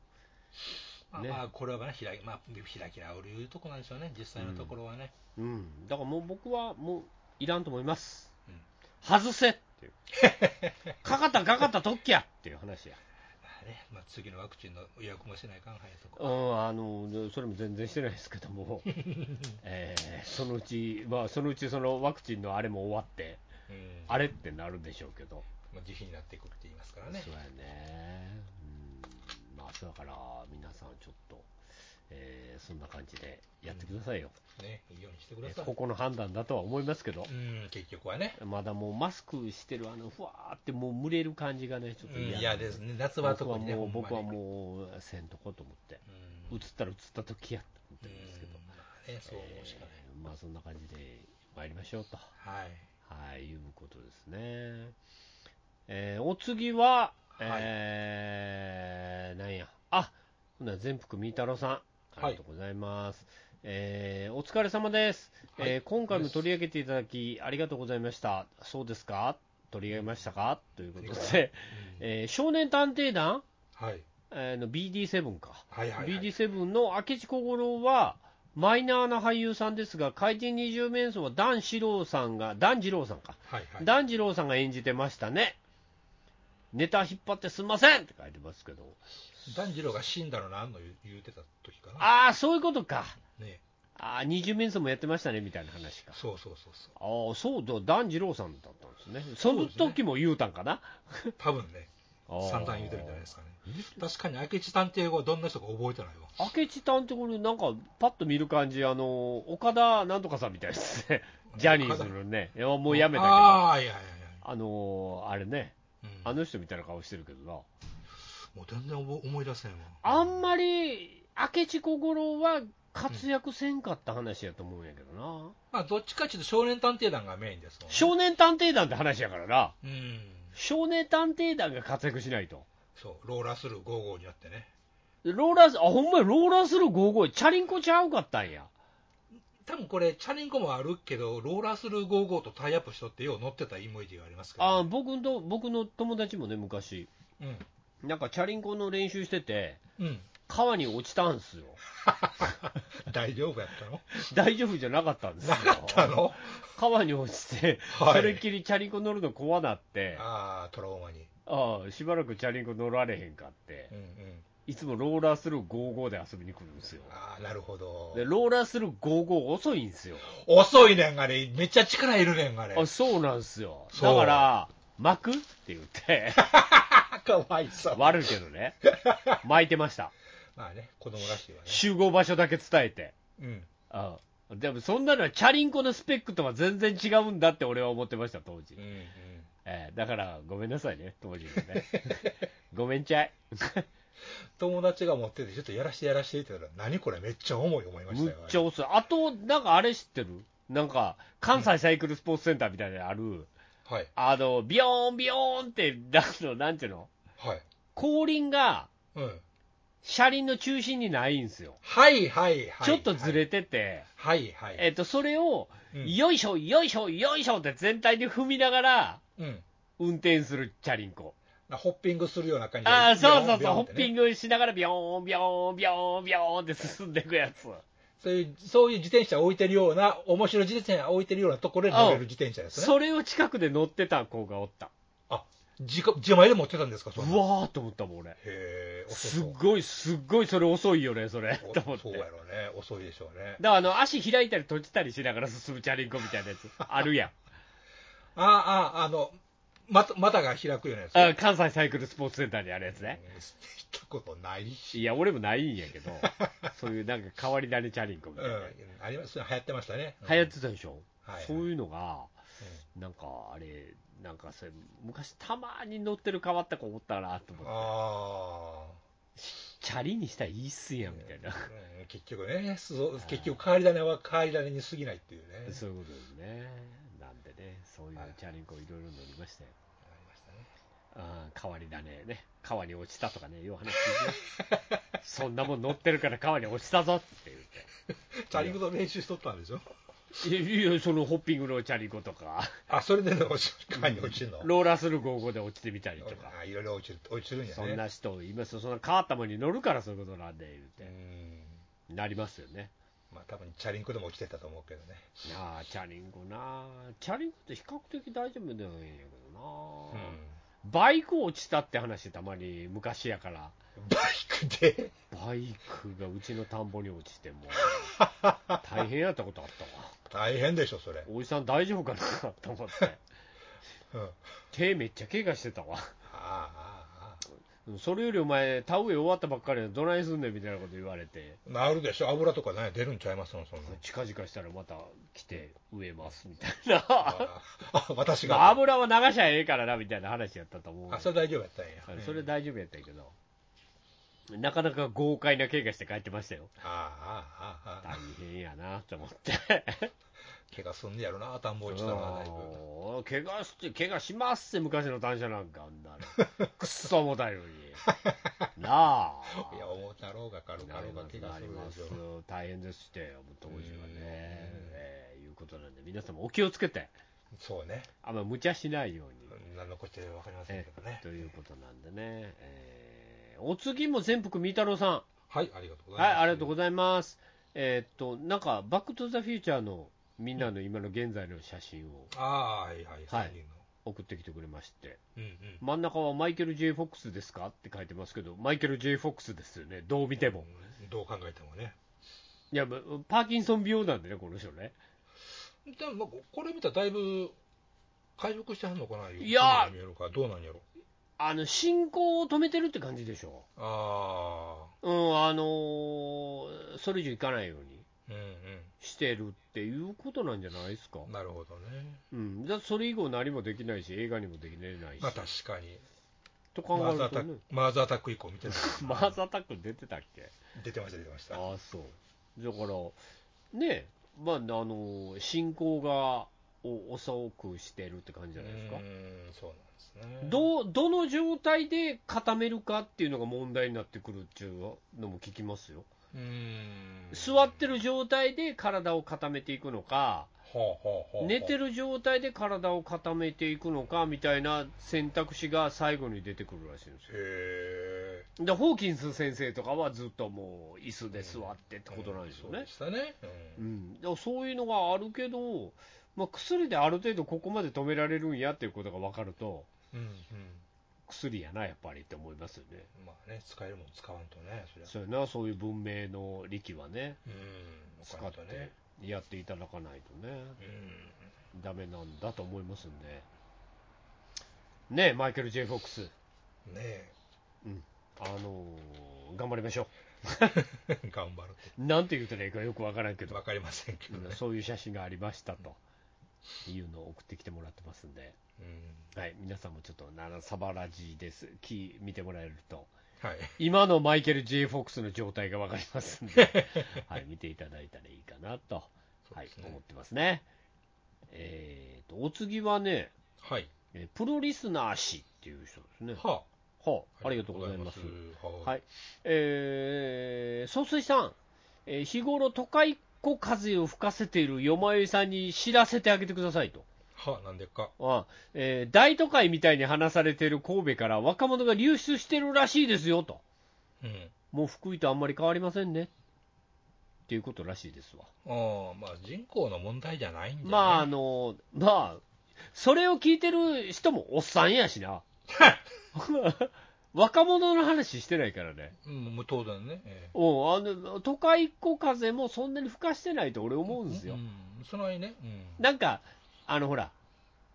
[SPEAKER 3] まあ、
[SPEAKER 2] ね
[SPEAKER 3] まあこれはね、開き、まあ、開き直るいうとこなんでしょうね、実際のところはね。
[SPEAKER 2] うん、だからもう僕はもういらんと思います、
[SPEAKER 3] うん
[SPEAKER 2] 外せっていう、 かかったかかった、とっきゃっていう話や、
[SPEAKER 3] まあね、まあ、次のワクチンの予約もしないかんはいと
[SPEAKER 2] う
[SPEAKER 3] こ。
[SPEAKER 2] ん、あのそれも全然してないですけど も、えーそのうち、まあ、そのうちそのワクチンのあれも終わって、
[SPEAKER 3] うん。
[SPEAKER 2] あれってなるでしょうけど、
[SPEAKER 3] まあ、自費になっていくって言いますからね
[SPEAKER 2] そ。うやね、うん、まあ、だから皆さん、ちょっと、えーそんな感じでやってくださいよ。
[SPEAKER 3] ね、いいようにしてくだ
[SPEAKER 2] え
[SPEAKER 3] さい。
[SPEAKER 2] ここの判断だとは思いますけど
[SPEAKER 3] う、ん、結局はね。
[SPEAKER 2] まだもうマスクしてる、あのふわーってもう蒸れる感じがね、ちょっ
[SPEAKER 3] う
[SPEAKER 2] と
[SPEAKER 3] ん、
[SPEAKER 2] 嫌
[SPEAKER 3] いやですね、夏
[SPEAKER 2] 僕は
[SPEAKER 3] は特にね、
[SPEAKER 2] もう僕は
[SPEAKER 3] う、
[SPEAKER 2] もうせんとこと思って、
[SPEAKER 3] う
[SPEAKER 2] 映
[SPEAKER 3] ん、
[SPEAKER 2] ったら映った時やと思って
[SPEAKER 3] う
[SPEAKER 2] るんですけど、
[SPEAKER 3] んまあね、そう思うしかない。
[SPEAKER 2] えーまあそんな感じで参りましょうと、
[SPEAKER 3] はい。
[SPEAKER 2] はい、いうことですね。えーお次は、えーなんや、あほな全福みーたろうさん、ありがとうございます。えーお疲れ様です、
[SPEAKER 3] はい
[SPEAKER 2] えー今回も取り上げていただき、ありがとうございました。そうですか取り上げましたかということで、えー少年探偵団、
[SPEAKER 3] はい。
[SPEAKER 2] えーの BD7 か。
[SPEAKER 3] はいはい、はい。
[SPEAKER 2] BD7 の明智小五郎は、マイナーな俳優さんですが、怪人二十面相は段四郎さんが、段次郎さんか、
[SPEAKER 3] はいはい。
[SPEAKER 2] 段次郎さんが演じてましたね。ネタ引っ張ってすんませんって書いてますけど、
[SPEAKER 3] 炭治郎が死んだのなんの言う言うてた時かな。
[SPEAKER 2] ああ、そういうことか、
[SPEAKER 3] ね。
[SPEAKER 2] ああ、二十面相もやってましたねみたいな話か。
[SPEAKER 3] そうそうそうそ
[SPEAKER 2] ああ、そうだ、段次郎さんだったんですね。その時も言うたんかな。
[SPEAKER 3] う。多分ね、
[SPEAKER 2] あー
[SPEAKER 3] 散々言うてるんじゃないですかね。確かに明智探偵はどんな人か覚えてないわ。
[SPEAKER 2] 明智探偵これなんかパッと見る感じあの岡田なんとかさんみたいですねジャニーズのねいやもうやめたけどあ
[SPEAKER 3] ああ、いやいやいや。
[SPEAKER 2] のーあれね
[SPEAKER 3] うん、
[SPEAKER 2] あの人みたいな顔してるけどな
[SPEAKER 3] もう全然思思い出せんわ。
[SPEAKER 2] あんまり明智小五郎は活躍せんかった話やと思うんやけどな、
[SPEAKER 3] まあ、どっちかっていうと少年探偵団がメインですもんね。
[SPEAKER 2] 少年探偵団って話やからな、
[SPEAKER 3] うん。
[SPEAKER 2] 少年探偵団が活躍しないと、
[SPEAKER 3] そう、ローラースルー55になってね。
[SPEAKER 2] でローラース、あほんまや、ローラースルー55、チャリンコちゃうかったんや、
[SPEAKER 3] 多分これ、チャリンコもあるけど、ローラースルー55とタイアップしとって、よう乗ってたイメージがありますけ
[SPEAKER 2] あ
[SPEAKER 3] ど、ね。
[SPEAKER 2] 僕の僕の友達もね、昔、なんかチャリンコの練習してて、
[SPEAKER 3] うん。うん。
[SPEAKER 2] 川に落ちたんす よ、
[SPEAKER 3] 大丈夫やったの
[SPEAKER 2] 大丈夫じゃなかったんですよ
[SPEAKER 3] な、かったの
[SPEAKER 2] 川に落ちて、
[SPEAKER 3] はい
[SPEAKER 2] それっきりチャリンコ乗るの怖なって、
[SPEAKER 3] ああ、トラウマに。
[SPEAKER 2] ああしばらくチャリンコ乗られへんかって
[SPEAKER 3] うん、うん。
[SPEAKER 2] いつもローラースルー55で遊びに来るんですよ。
[SPEAKER 3] ああ、なるほど
[SPEAKER 2] で。ローラースルー55遅いんですよ。
[SPEAKER 3] 遅いねん、あれ。めっちゃ力いるねん、あれ。
[SPEAKER 2] あそうなんですよ。
[SPEAKER 3] そう
[SPEAKER 2] だから、巻くって言っ て、
[SPEAKER 3] あ、かわいそう。
[SPEAKER 2] 悪いけどね、巻いてました。
[SPEAKER 3] まあね、子供らしいわね。
[SPEAKER 2] 集合場所だけ伝えて。
[SPEAKER 3] うん。
[SPEAKER 2] あでもそんなのはチャリンコのスペックとは全然違うんだって俺は思ってました、当時
[SPEAKER 3] うん。うん。
[SPEAKER 2] えーだから、ごめんなさいね、当時の ね。ごめんちゃい。
[SPEAKER 3] 友達が持ってて、ちょっとやらしてやらしてって言ったら、何これめっちゃ重い思いまし
[SPEAKER 2] む
[SPEAKER 3] た
[SPEAKER 2] っ
[SPEAKER 3] よ。
[SPEAKER 2] ちゃ遅い。あと、なんかあれ知ってるなんか、関西サイクルスポーツセンターみたいなのある、
[SPEAKER 3] はい。
[SPEAKER 2] あの、ビヨーンビヨーンって、なんの、なんていうの
[SPEAKER 3] はい。
[SPEAKER 2] 後輪が、
[SPEAKER 3] うん。
[SPEAKER 2] 車輪の中心にないんですよ。
[SPEAKER 3] はいはいはい。
[SPEAKER 2] ちょっとずれてて、
[SPEAKER 3] はいはい。
[SPEAKER 2] えっと、それを、
[SPEAKER 3] うん
[SPEAKER 2] よいしょ、よいしょ、よいしょって全体で踏みながら、
[SPEAKER 3] うん。
[SPEAKER 2] 運転するチャリンコ。
[SPEAKER 3] ホッピングするような感じ
[SPEAKER 2] ああ、そうそうそう、ホッピ
[SPEAKER 3] グ。
[SPEAKER 2] ングしながら、ビヨーン、ビヨーン、ビヨーン、ビヨーンって進んでいくやつ。
[SPEAKER 3] そういう、そういう自転車置いてるような、面白い自転車置いてるようなところに乗れる自転車ですね。
[SPEAKER 2] それを近くで乗ってた子がおった。
[SPEAKER 3] あ、自己自前で持ってたんですか、
[SPEAKER 2] う
[SPEAKER 3] そ
[SPEAKER 2] わ
[SPEAKER 3] んな
[SPEAKER 2] ーと思ったもん、俺。
[SPEAKER 3] へえ、遅
[SPEAKER 2] すっ
[SPEAKER 3] そう。
[SPEAKER 2] ごい、すっごい、それ遅いよね、それ。
[SPEAKER 3] お
[SPEAKER 2] と思って。
[SPEAKER 3] そうやろうね。遅いでしょうね。
[SPEAKER 2] だからあの足開いたり閉じたりしながら進むチャリンコみたいなや つあるやん
[SPEAKER 3] ああ、あの、また、またが開くようなやつ。
[SPEAKER 2] あ関西サイクルスポーツセンターにあるやつね
[SPEAKER 3] うんしたことないし。
[SPEAKER 2] いや俺もないんやけ どそういうなんか変わり種チャリンコみ
[SPEAKER 3] う
[SPEAKER 2] たいな、
[SPEAKER 3] ん。あります。流行ってましたね。
[SPEAKER 2] 流行ってたでしょ、
[SPEAKER 3] はいはい
[SPEAKER 2] そういうのがなんかあれなんかそれ昔たまに乗ってる変わった子おったなと
[SPEAKER 3] うん
[SPEAKER 2] 思って
[SPEAKER 3] ああ。
[SPEAKER 2] チャリにしたらいいっすやんみたいな、
[SPEAKER 3] うん結局ね、そう結局変わり種は変わり種に過ぎないっていうね。ありまし
[SPEAKER 2] そういうことですねなんでねそういうチャリンコいろいろ乗りましたよ
[SPEAKER 3] たね。
[SPEAKER 2] ああ川にだねね川に落ちたとかねよう話聞いて ねそんなもん乗ってるから川に落ちたぞって
[SPEAKER 3] チャリンコの練習しとったんでしょ
[SPEAKER 2] 言っていやいやそのホッピングのチャリコとか
[SPEAKER 3] あ、それでね、落ちる、川に落ちるの。
[SPEAKER 2] ローラースルー55で落ちてみたりとか
[SPEAKER 3] あいろいろ落ちる、落ちるんやね。
[SPEAKER 2] そんな人いますよそんな変わったもんに乗るからそういうことなんで
[SPEAKER 3] う
[SPEAKER 2] 言うて
[SPEAKER 3] ん。
[SPEAKER 2] なりますよね
[SPEAKER 3] まあ多分チャリンコでも落ちてたと思うけどね。
[SPEAKER 2] なあチャリンコなあチャリンコって比較的大丈夫だよいいんやけど
[SPEAKER 3] う
[SPEAKER 2] な、
[SPEAKER 3] ん。
[SPEAKER 2] バイク落ちたって話たまに昔やから
[SPEAKER 3] バイクで、
[SPEAKER 2] バイクがうちの田んぼに落ちてもう大変やったことあったわ
[SPEAKER 3] 大変でしょ、それ。
[SPEAKER 2] おじさん大丈夫かなと思って
[SPEAKER 3] うん。あ
[SPEAKER 2] 手めっちゃ怪我してたわ
[SPEAKER 3] あ、あ
[SPEAKER 2] それよりお前田植え終わったばっかりでどないすんねんみたいなこと言われて
[SPEAKER 3] あ。なるでしょ、油とかね、出るんちゃいますの、そんな。
[SPEAKER 2] 近々したらまた来て植えますみたい な
[SPEAKER 3] ああ、私
[SPEAKER 2] まあ
[SPEAKER 3] が。
[SPEAKER 2] 油は流しゃええからなみたいな話やったと思う
[SPEAKER 3] あ、それ大丈夫やったん
[SPEAKER 2] は
[SPEAKER 3] や
[SPEAKER 2] い。それ大丈夫やったんやけどなかなか豪快な怪我して帰ってましたよ
[SPEAKER 3] ああ、ああ、あ
[SPEAKER 2] 大
[SPEAKER 3] あ。
[SPEAKER 2] 変やなと思って
[SPEAKER 3] 怪我すんねやろな、田んぼ落ちたら、だいぶ。
[SPEAKER 2] おー怪我して、怪我しますって、昔の単車なんか、あんな の。くっそ重たいのに。なあ。
[SPEAKER 3] いや、思うたろうが軽
[SPEAKER 2] な
[SPEAKER 3] 々
[SPEAKER 2] り
[SPEAKER 3] が
[SPEAKER 2] ます、
[SPEAKER 3] 怪我
[SPEAKER 2] な
[SPEAKER 3] す
[SPEAKER 2] り
[SPEAKER 3] る
[SPEAKER 2] ま
[SPEAKER 3] ですしょ。
[SPEAKER 2] 大変でしたよ、当時はね
[SPEAKER 3] うん。
[SPEAKER 2] えーいうことなんで、皆さんもお気をつけて、
[SPEAKER 3] そうね。
[SPEAKER 2] あんま無茶しないように。
[SPEAKER 3] 何のこっちゃ分かりません
[SPEAKER 2] え
[SPEAKER 3] けどね
[SPEAKER 2] と。いうことなんでね。えーお次も全福み太郎さ
[SPEAKER 3] はい、ありがとうご
[SPEAKER 2] ん。
[SPEAKER 3] ざい
[SPEAKER 2] は
[SPEAKER 3] ま
[SPEAKER 2] い、
[SPEAKER 3] す。
[SPEAKER 2] ありがとうご
[SPEAKER 3] ざ
[SPEAKER 2] ざ
[SPEAKER 3] い
[SPEAKER 2] います。えーっと、なんか、バック・トゥ・ザ・フューチャーのみんなの今の現在の写真を
[SPEAKER 3] ます。ああー、はいはい、三人の。
[SPEAKER 2] 送ってきてくれまして。
[SPEAKER 3] うんうん。
[SPEAKER 2] 真ん中はマイケル・ J ・フォックスですかって書いてますけど、マイケル・ J ・フォックスですよね、どう見ても。
[SPEAKER 3] どう考えてもね。
[SPEAKER 2] いや、まパーキンソン病なんでね、この人ね。
[SPEAKER 3] でも、まあこれ見たらだいぶ回復してはんのかな、
[SPEAKER 2] いやー
[SPEAKER 3] 見えるからどうなんやろ。
[SPEAKER 2] あの進行を止めてるって感じでしょ。
[SPEAKER 3] あ
[SPEAKER 2] うん、あのーそれ以上いかないように
[SPEAKER 3] あ、うん
[SPEAKER 2] してるっていうことなんじゃないですか
[SPEAKER 3] う。ん。なるほどね。
[SPEAKER 2] うん、だそれ以後何もできないし、映画にもできないし、
[SPEAKER 3] まあ確かに。
[SPEAKER 2] と考
[SPEAKER 3] マ
[SPEAKER 2] え
[SPEAKER 3] ーズア
[SPEAKER 2] る
[SPEAKER 3] タ
[SPEAKER 2] と
[SPEAKER 3] ッ
[SPEAKER 2] ね。
[SPEAKER 3] ク、マーズアタック以降見てない
[SPEAKER 2] マーズアタック出てたっけ
[SPEAKER 3] 出てました、出てました。
[SPEAKER 2] ああ、そう。だから、ねまあ、あの、進行がお遅くしてるって感じじゃないですか
[SPEAKER 3] う。んそうなんですね。
[SPEAKER 2] どう、どの状態で固めるかっていうのが問題になってくるっていうのも聞きますよ。
[SPEAKER 3] うん
[SPEAKER 2] 座ってる状態で体を固めていくのか、
[SPEAKER 3] ほうほうほうほう
[SPEAKER 2] 寝てる状態で体を固めていくのかみたいな選択肢が最後に出てくるらしいんですよ。
[SPEAKER 3] へ
[SPEAKER 2] でホーキンス先生とかはずっともう椅子で座ってって
[SPEAKER 3] ー
[SPEAKER 2] ことなんですよ
[SPEAKER 3] そう
[SPEAKER 2] ね
[SPEAKER 3] で。したね。
[SPEAKER 2] う
[SPEAKER 3] うん
[SPEAKER 2] ん、だからそういうのがあるけど、まあ、薬である程度ここまで止められるんやっていうことが分かると、
[SPEAKER 3] うん
[SPEAKER 2] 薬やな、やっぱりって思いますよね。
[SPEAKER 3] うんまあね、使えるもん使わんとね、そりゃ。
[SPEAKER 2] そうやな、そういう文明の力はね、
[SPEAKER 3] うん、
[SPEAKER 2] 使
[SPEAKER 3] わ
[SPEAKER 2] っ
[SPEAKER 3] んとね
[SPEAKER 2] て。やっていただかないとね、
[SPEAKER 3] うん
[SPEAKER 2] ダメなんだと思いますんで。ねえマイケル・ J ・フォックス。
[SPEAKER 3] ね
[SPEAKER 2] あのー頑張りましょ
[SPEAKER 3] え、 頑張るっ
[SPEAKER 2] う。なんて言うたらいいかよくわからんけ
[SPEAKER 3] て
[SPEAKER 2] ど、
[SPEAKER 3] 分かりませんけどね。
[SPEAKER 2] そういう写真がありましたというのを送ってきてもらってますんで、
[SPEAKER 3] うん
[SPEAKER 2] はい、皆さんもちょっと、ならサバラジです、き見てもらえると、
[SPEAKER 3] はい。
[SPEAKER 2] 今のマイケル・ J ・フォックスの状態がわかりますん で、はい、見ていただいたらいいかなと、
[SPEAKER 3] そう
[SPEAKER 2] はい
[SPEAKER 3] ですね、
[SPEAKER 2] 思ってますね。えーと、お次はね、
[SPEAKER 3] はい。
[SPEAKER 2] えープロリスナー氏っていう人ですね。
[SPEAKER 3] は
[SPEAKER 2] は
[SPEAKER 3] あ。
[SPEAKER 2] あ、ありがとうございます
[SPEAKER 3] あ。りがとうございます
[SPEAKER 2] は
[SPEAKER 3] はい。
[SPEAKER 2] い、えー、総帥さん、えー日頃、都会っ子風を吹かせているよまゆいさんに知らせてあげてくださいと。
[SPEAKER 3] はあ、なんでか。
[SPEAKER 2] あえー大都会みたいに話されている神戸から若者が流出してるらしいですよと。
[SPEAKER 3] うん。
[SPEAKER 2] もう福井とあんまり変わりませんね。っていうことらしいですわ。
[SPEAKER 3] ああ、まあ人口の問題じゃないんで、ね。
[SPEAKER 2] まあ、あの、まあ、それを聞いてる人もおっさんやし な。若者の話してないからね。
[SPEAKER 3] うん、もう当然ね。え
[SPEAKER 2] うん、あの都会っ子風もそんなに吹かしてないと俺思
[SPEAKER 3] え
[SPEAKER 2] うんですよ、
[SPEAKER 3] うん、その間にね。
[SPEAKER 2] なんか、あのほら、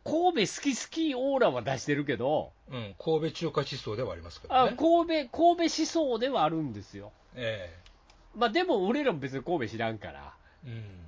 [SPEAKER 2] 神戸好き好きオーラは出してるけど、
[SPEAKER 3] うん。うん、神戸中華思想ではありますけど
[SPEAKER 2] あ
[SPEAKER 3] ね。
[SPEAKER 2] 神戸神戸思想ではあるんですよ、
[SPEAKER 3] え
[SPEAKER 2] まあ、でも俺らも別に神戸知らんから、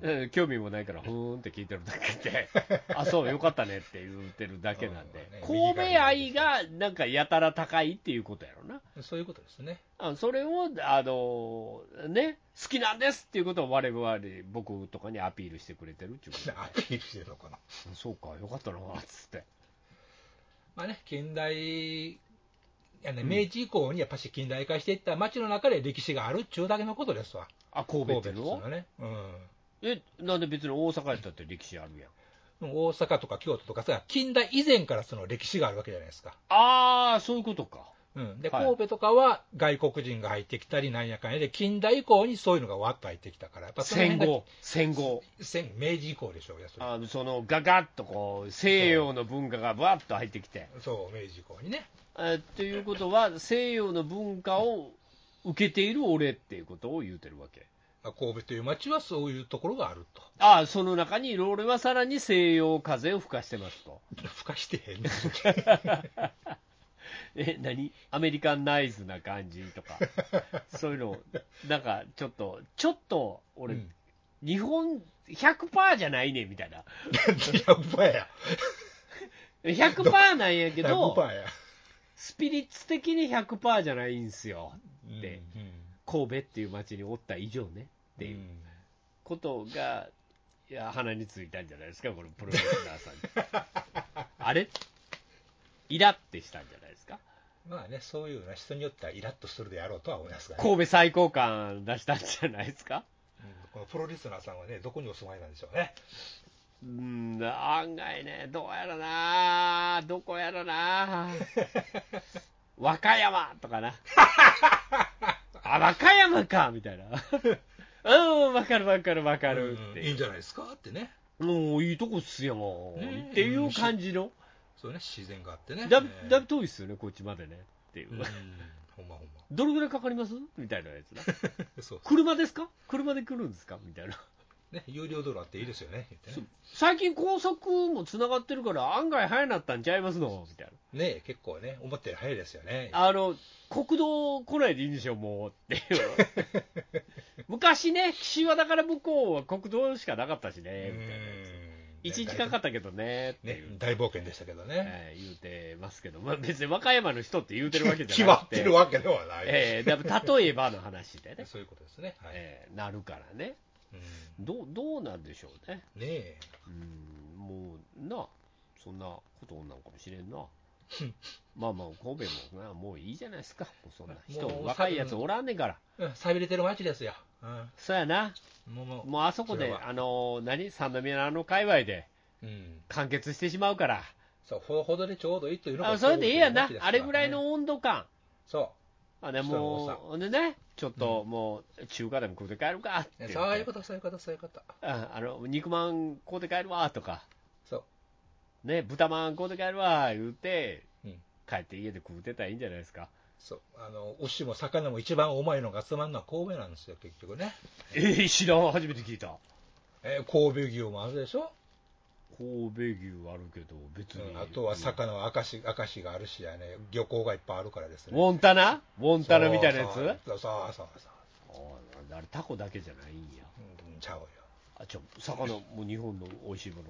[SPEAKER 3] えうん。
[SPEAKER 2] うん、興味もないから、ふーんって聞いてるだけで、 あそう、よかったねって言ってるだけなんで、
[SPEAKER 3] うんまあ
[SPEAKER 2] 神
[SPEAKER 3] ね
[SPEAKER 2] 戸愛がなんかやたら高いっていうことやろな。
[SPEAKER 3] そういうことですね。
[SPEAKER 2] あそれを、あのね、好きなんですっていうことを我々、僕とかにアピールしてくれてるっていう こと
[SPEAKER 3] アピールしてるのかな。
[SPEAKER 2] そうか、よかったな、つって。
[SPEAKER 3] まあね、近代、いやね、明治以降にやっぱし近代化していった街の中で歴史があるっちゅうだけのことですわ。
[SPEAKER 2] あ、神戸っていう
[SPEAKER 3] 神戸
[SPEAKER 2] の
[SPEAKER 3] ですよね。うん。
[SPEAKER 2] え、なんで別に大阪やったって歴史あるやん。
[SPEAKER 3] でも大阪とか京都とかさ、近代以前からその歴史があるわけじゃないですか。
[SPEAKER 2] あー、そういうことか。
[SPEAKER 3] うん、で
[SPEAKER 2] はい
[SPEAKER 3] 神戸とかは外国人が入ってきたり、なんやかんやで、近代以降にそういうのがわっと入ってきたから、やっぱその
[SPEAKER 2] 戦
[SPEAKER 3] 辺が
[SPEAKER 2] 後、戦後。
[SPEAKER 3] 戦明治以降でしょう、いやそれ
[SPEAKER 2] あそのガガッとこう西洋の文化がバーッと入ってきて。
[SPEAKER 3] そう、明治以降にね、
[SPEAKER 2] えということは、西洋の文化を受けている俺っていうことを言うてるわけ。
[SPEAKER 3] まあ、神戸という町はそういうところがあると、
[SPEAKER 2] あその中にいる俺はさらに西洋風を吹かしてます と。
[SPEAKER 3] ふかしてへんね
[SPEAKER 2] え、何アメリカンナイズな感じと か、そういうの、なんかちょっと、ちょっと俺、
[SPEAKER 3] うん
[SPEAKER 2] 日本100%じゃないねみたいな、
[SPEAKER 3] 100%や、
[SPEAKER 2] 100%なんやけ ど、
[SPEAKER 3] 100%や、
[SPEAKER 2] スピリッツ的に100%じゃないんすよ、で
[SPEAKER 3] うんうん
[SPEAKER 2] 神戸っていう町におった以上ねっていうことが、いや鼻についたんじゃないですか、このプロレスラーさんに。 あれイラってしたんじゃないですか
[SPEAKER 3] まあね、そういうのは人によってはイラッとするであろうとは思いますが、ね、
[SPEAKER 2] 神戸最高感出したんじゃないですか
[SPEAKER 3] うんこのプロリスナーさんはね、どこにお住まいなんでしょうね、
[SPEAKER 2] うん、案外ね、どうやらな、どこやら な、和歌山とかな、あ、和歌山かみたい な、うん、わかるわかるわかるっ
[SPEAKER 3] うんいいん
[SPEAKER 2] て、
[SPEAKER 3] じゃないですかってね、
[SPEAKER 2] もういいとこっすよ、
[SPEAKER 3] ねえ
[SPEAKER 2] っていう感じの、
[SPEAKER 3] そうね、自然があってね、
[SPEAKER 2] だ
[SPEAKER 3] ね
[SPEAKER 2] だいぶ遠いっすよね、こっちまでねっていう
[SPEAKER 3] う、ん、ほんまほんま。
[SPEAKER 2] どれぐらいかかりますみたいなやつな、
[SPEAKER 3] そう
[SPEAKER 2] 車ですか車で来るんですかみたいな、
[SPEAKER 3] ね、有料道路あっていいですよね、言ってね
[SPEAKER 2] 最近高速もつながってるから、案外早なったんちゃいますのみたいな。
[SPEAKER 3] ねえ結構ね、思ったより早いですよね。
[SPEAKER 2] あの、国道来ないでいいんでしょ、もうっていう。 昔ね、岸和田から向こうは国道しかなかったし
[SPEAKER 3] う
[SPEAKER 2] ね、みたいなやつ。
[SPEAKER 3] ん
[SPEAKER 2] 一日かかったけどねって
[SPEAKER 3] ね
[SPEAKER 2] いう、、
[SPEAKER 3] 大冒険でしたけどね。
[SPEAKER 2] えー言うてますけど、まあ、別に和歌山の人って言うてるわけじ
[SPEAKER 3] 決
[SPEAKER 2] ゃ
[SPEAKER 3] ま
[SPEAKER 2] なく
[SPEAKER 3] っててるわけではない。
[SPEAKER 2] えーだから例えばの話でね、
[SPEAKER 3] そういうことですね。はい。
[SPEAKER 2] えーなるからね
[SPEAKER 3] うん
[SPEAKER 2] どう、どうなんでしょうね、
[SPEAKER 3] ねえ。
[SPEAKER 2] うん、もうな、そんなことなんかもしれんな。 まあまあ、神戸もな、もういいじゃないですか、もうそんな人、
[SPEAKER 3] もう
[SPEAKER 2] 若いやつおらんねんから、
[SPEAKER 3] うん、寂れてる街ですよ。うん。
[SPEAKER 2] そやな、
[SPEAKER 3] もう、も
[SPEAKER 2] もうあそこ
[SPEAKER 3] それ
[SPEAKER 2] で、
[SPEAKER 3] は
[SPEAKER 2] あの何、三宮のあの界隈で
[SPEAKER 3] う、うん。
[SPEAKER 2] 完結してしまうから、
[SPEAKER 3] そう、ほどほどでちょうどいいというのが
[SPEAKER 2] あそれでええやんな
[SPEAKER 3] ちょうどいい街です、から
[SPEAKER 2] あれぐらい
[SPEAKER 3] ね。
[SPEAKER 2] の温度感、
[SPEAKER 3] そ
[SPEAKER 2] あね、もう、でね、ちょっともう、中華でも食うて帰るかって言
[SPEAKER 3] う
[SPEAKER 2] って
[SPEAKER 3] ね。そういうこと、そういうこと、そういうこと。
[SPEAKER 2] ああの肉まん買うて帰るわとか、
[SPEAKER 3] そ
[SPEAKER 2] ね、豚まん買うて帰るわ言うて、
[SPEAKER 3] うん
[SPEAKER 2] 帰って家で食うてたらいいんじゃないですか。
[SPEAKER 3] そう。あの、牛も魚も一番うまいのが集まるのは神戸なんですよ、結局ね。
[SPEAKER 2] えー、知らん、初めて聞いた。
[SPEAKER 3] えー神戸牛もあるでしょ、
[SPEAKER 2] 神戸牛あるけど、別に。
[SPEAKER 3] あとは魚は明石明石があるしやね、漁港がいっぱいあるからです
[SPEAKER 2] うん
[SPEAKER 3] ね。
[SPEAKER 2] ウォンタナウォンタナみたいなやつ
[SPEAKER 3] そうそうそうそう。
[SPEAKER 2] ああれ、タコだけじゃないんや。
[SPEAKER 3] うん、ちゃうよ。
[SPEAKER 2] あ、ちょ、魚、もう日本の美味しいもの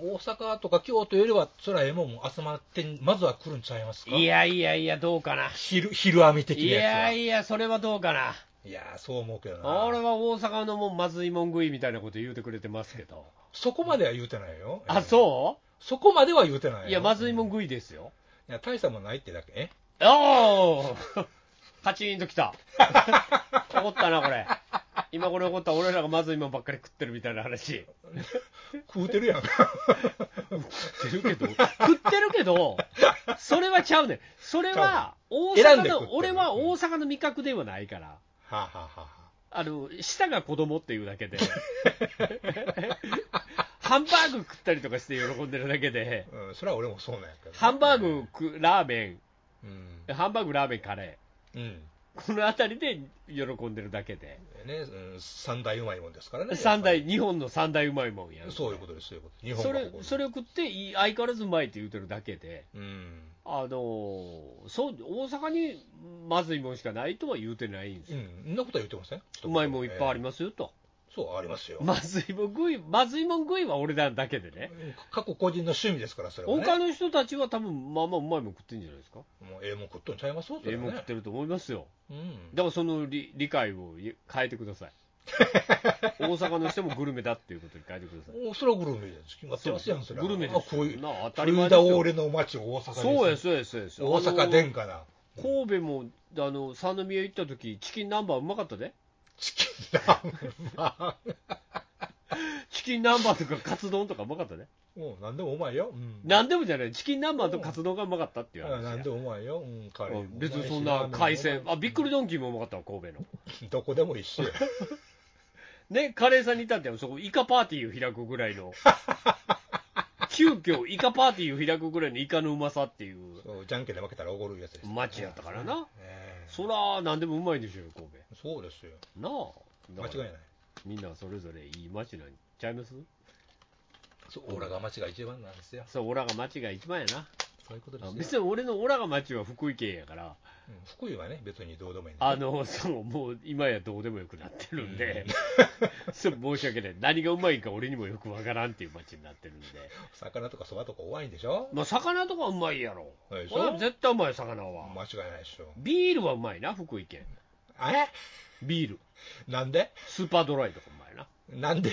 [SPEAKER 3] 大阪とか京都よりは、そらええもんも集まってん、まずは来るんちゃいますか
[SPEAKER 2] が。いやいやいや、どうかな。
[SPEAKER 3] 昼、昼網的
[SPEAKER 2] い
[SPEAKER 3] なや
[SPEAKER 2] や
[SPEAKER 3] つ
[SPEAKER 2] いや、それはどうかな。
[SPEAKER 3] は。いやー、そう思うけどな。
[SPEAKER 2] 俺は大阪のもんまずいもん食いみたいなこと言うてくれてますけど。
[SPEAKER 3] そこまでは言うてないよ。
[SPEAKER 2] あ、
[SPEAKER 3] う
[SPEAKER 2] そ
[SPEAKER 3] そこまでは言うてないよ。
[SPEAKER 2] ういや、まずいもん
[SPEAKER 3] い
[SPEAKER 2] 食いですよ。
[SPEAKER 3] や、大したもんないってだけ。え
[SPEAKER 2] おー カチンとき た。怒ったな、これ。今これ怒った。俺らがまずいもんばっかり食ってるみたいな話。
[SPEAKER 3] 食うてるやん。
[SPEAKER 2] 食ってるけど、食ってるけど、それはちゃうねん。それは、大
[SPEAKER 3] 選ん
[SPEAKER 2] 阪
[SPEAKER 3] で食ってる
[SPEAKER 2] の、俺は大阪の味覚ではないから。
[SPEAKER 3] はあ、はあはあはあ、
[SPEAKER 2] あの、舌が子供っていうだけ で。ハンバーグ食ったりとかして喜んでるだけで。
[SPEAKER 3] うん、それは俺もそうなんやけどね、
[SPEAKER 2] ハンバーグく、ラーメ
[SPEAKER 3] うん
[SPEAKER 2] ン、ハンバーグ、ラーメン、カレ
[SPEAKER 3] うん
[SPEAKER 2] ー。このあたりで喜んでるだけで。
[SPEAKER 3] ねうん、三大うまいもんですからね、
[SPEAKER 2] 三大、
[SPEAKER 3] やっ
[SPEAKER 2] 日本の三大うまいもんや
[SPEAKER 3] ぱりそういうこととです、そういうこと日本
[SPEAKER 2] そ
[SPEAKER 3] が
[SPEAKER 2] れ
[SPEAKER 3] 誇る
[SPEAKER 2] それを食っていい、相変わらずうまいって言うてるだけで、
[SPEAKER 3] うん、
[SPEAKER 2] あのーそう大阪にまずいもんしかないとは言うてないんです
[SPEAKER 3] う
[SPEAKER 2] よ、
[SPEAKER 3] ん、そんなことは言ってません、
[SPEAKER 2] うまいもんいっぱいあり
[SPEAKER 3] ま
[SPEAKER 2] ますよと、
[SPEAKER 3] す、そう、ありますよ、
[SPEAKER 2] まずいもん食い、まずいもん食いは俺らだけでね、
[SPEAKER 3] うん各個人の趣味ですから、それは、ね、
[SPEAKER 2] 他の人たちは多分まあまあうまいもん食ってんじゃないですか、
[SPEAKER 3] もうええもん食っとんちゃいますそ
[SPEAKER 2] ええ
[SPEAKER 3] れは
[SPEAKER 2] もん
[SPEAKER 3] ね
[SPEAKER 2] 食ってると思いますよ、
[SPEAKER 3] うん、
[SPEAKER 2] だからその理理解をい変えてくださ い、大阪の人もグルメだっていうことに変えてください。
[SPEAKER 3] おそれはグルメです、決まってますやん、それは
[SPEAKER 2] グルメ
[SPEAKER 3] あ
[SPEAKER 2] です
[SPEAKER 3] こ
[SPEAKER 2] よ
[SPEAKER 3] ういう、
[SPEAKER 2] なあ当た
[SPEAKER 3] 当
[SPEAKER 2] り
[SPEAKER 3] り
[SPEAKER 2] 前
[SPEAKER 3] 前
[SPEAKER 2] で
[SPEAKER 3] だ
[SPEAKER 2] すよ
[SPEAKER 3] 俺の町、大阪です
[SPEAKER 2] そうや、そうや、そうや。
[SPEAKER 3] 大阪
[SPEAKER 2] あの
[SPEAKER 3] 殿下な、
[SPEAKER 2] 神戸も、あの、三宮行った時、チキン南蛮うまかったで。
[SPEAKER 3] チキンラーメンは、
[SPEAKER 2] チキン南蛮とかカツ丼とかうまかったで。
[SPEAKER 3] もうなんでもうまいよ、うん、
[SPEAKER 2] なんでもじゃない、チキン南蛮とカツ丼がうまかったっていう話や。
[SPEAKER 3] なんでもうまいよ、うん、カレーもう
[SPEAKER 2] う
[SPEAKER 3] ま
[SPEAKER 2] ん
[SPEAKER 3] いし
[SPEAKER 2] 別にそんな海鮮。あ、びっくり
[SPEAKER 3] だ
[SPEAKER 2] ドンキーもうまかったわ、神戸の。
[SPEAKER 3] どこでも一緒や。
[SPEAKER 2] ね、カレーさんに至っては、そこ、イカパーティーを開くぐらい の。急遽、イカパーティーを開くぐらいのイカのうまさっていう
[SPEAKER 3] そうじゃんけんで負けたらおごるやつです。
[SPEAKER 2] 街やったからな。
[SPEAKER 3] ええ
[SPEAKER 2] そら、なんでもうまいでしょうよ、神
[SPEAKER 3] そうですよ。
[SPEAKER 2] 戸。なあ。
[SPEAKER 3] 間違いない
[SPEAKER 2] い。。みんなそれぞれいい街なんちゃいます
[SPEAKER 3] そう、オーラが間違い一番なんですよ。
[SPEAKER 2] そう、オラが町が一番やな。
[SPEAKER 3] そういうこと
[SPEAKER 2] あ
[SPEAKER 3] です
[SPEAKER 2] 別
[SPEAKER 3] よ。
[SPEAKER 2] に俺のオラが町は福井県やから、
[SPEAKER 3] うん福井はね、別にどうでもいいんだ
[SPEAKER 2] あの、そう、もう今やどうでもよくなってるんで、 そう申し訳ない。何がうまいか俺にもよくわからんっていう町になってるんで。
[SPEAKER 3] 魚とかそばとか弱いんでしょ
[SPEAKER 2] まあ、魚とかうまいやろ。
[SPEAKER 3] そうでし
[SPEAKER 2] 俺は
[SPEAKER 3] ょ
[SPEAKER 2] 絶対うまい、魚は。
[SPEAKER 3] 間違いないでしょ。
[SPEAKER 2] ビールはうまいな、福井県。
[SPEAKER 3] え
[SPEAKER 2] ビール。
[SPEAKER 3] なんで
[SPEAKER 2] スーパードライとかうまいな。
[SPEAKER 3] なんで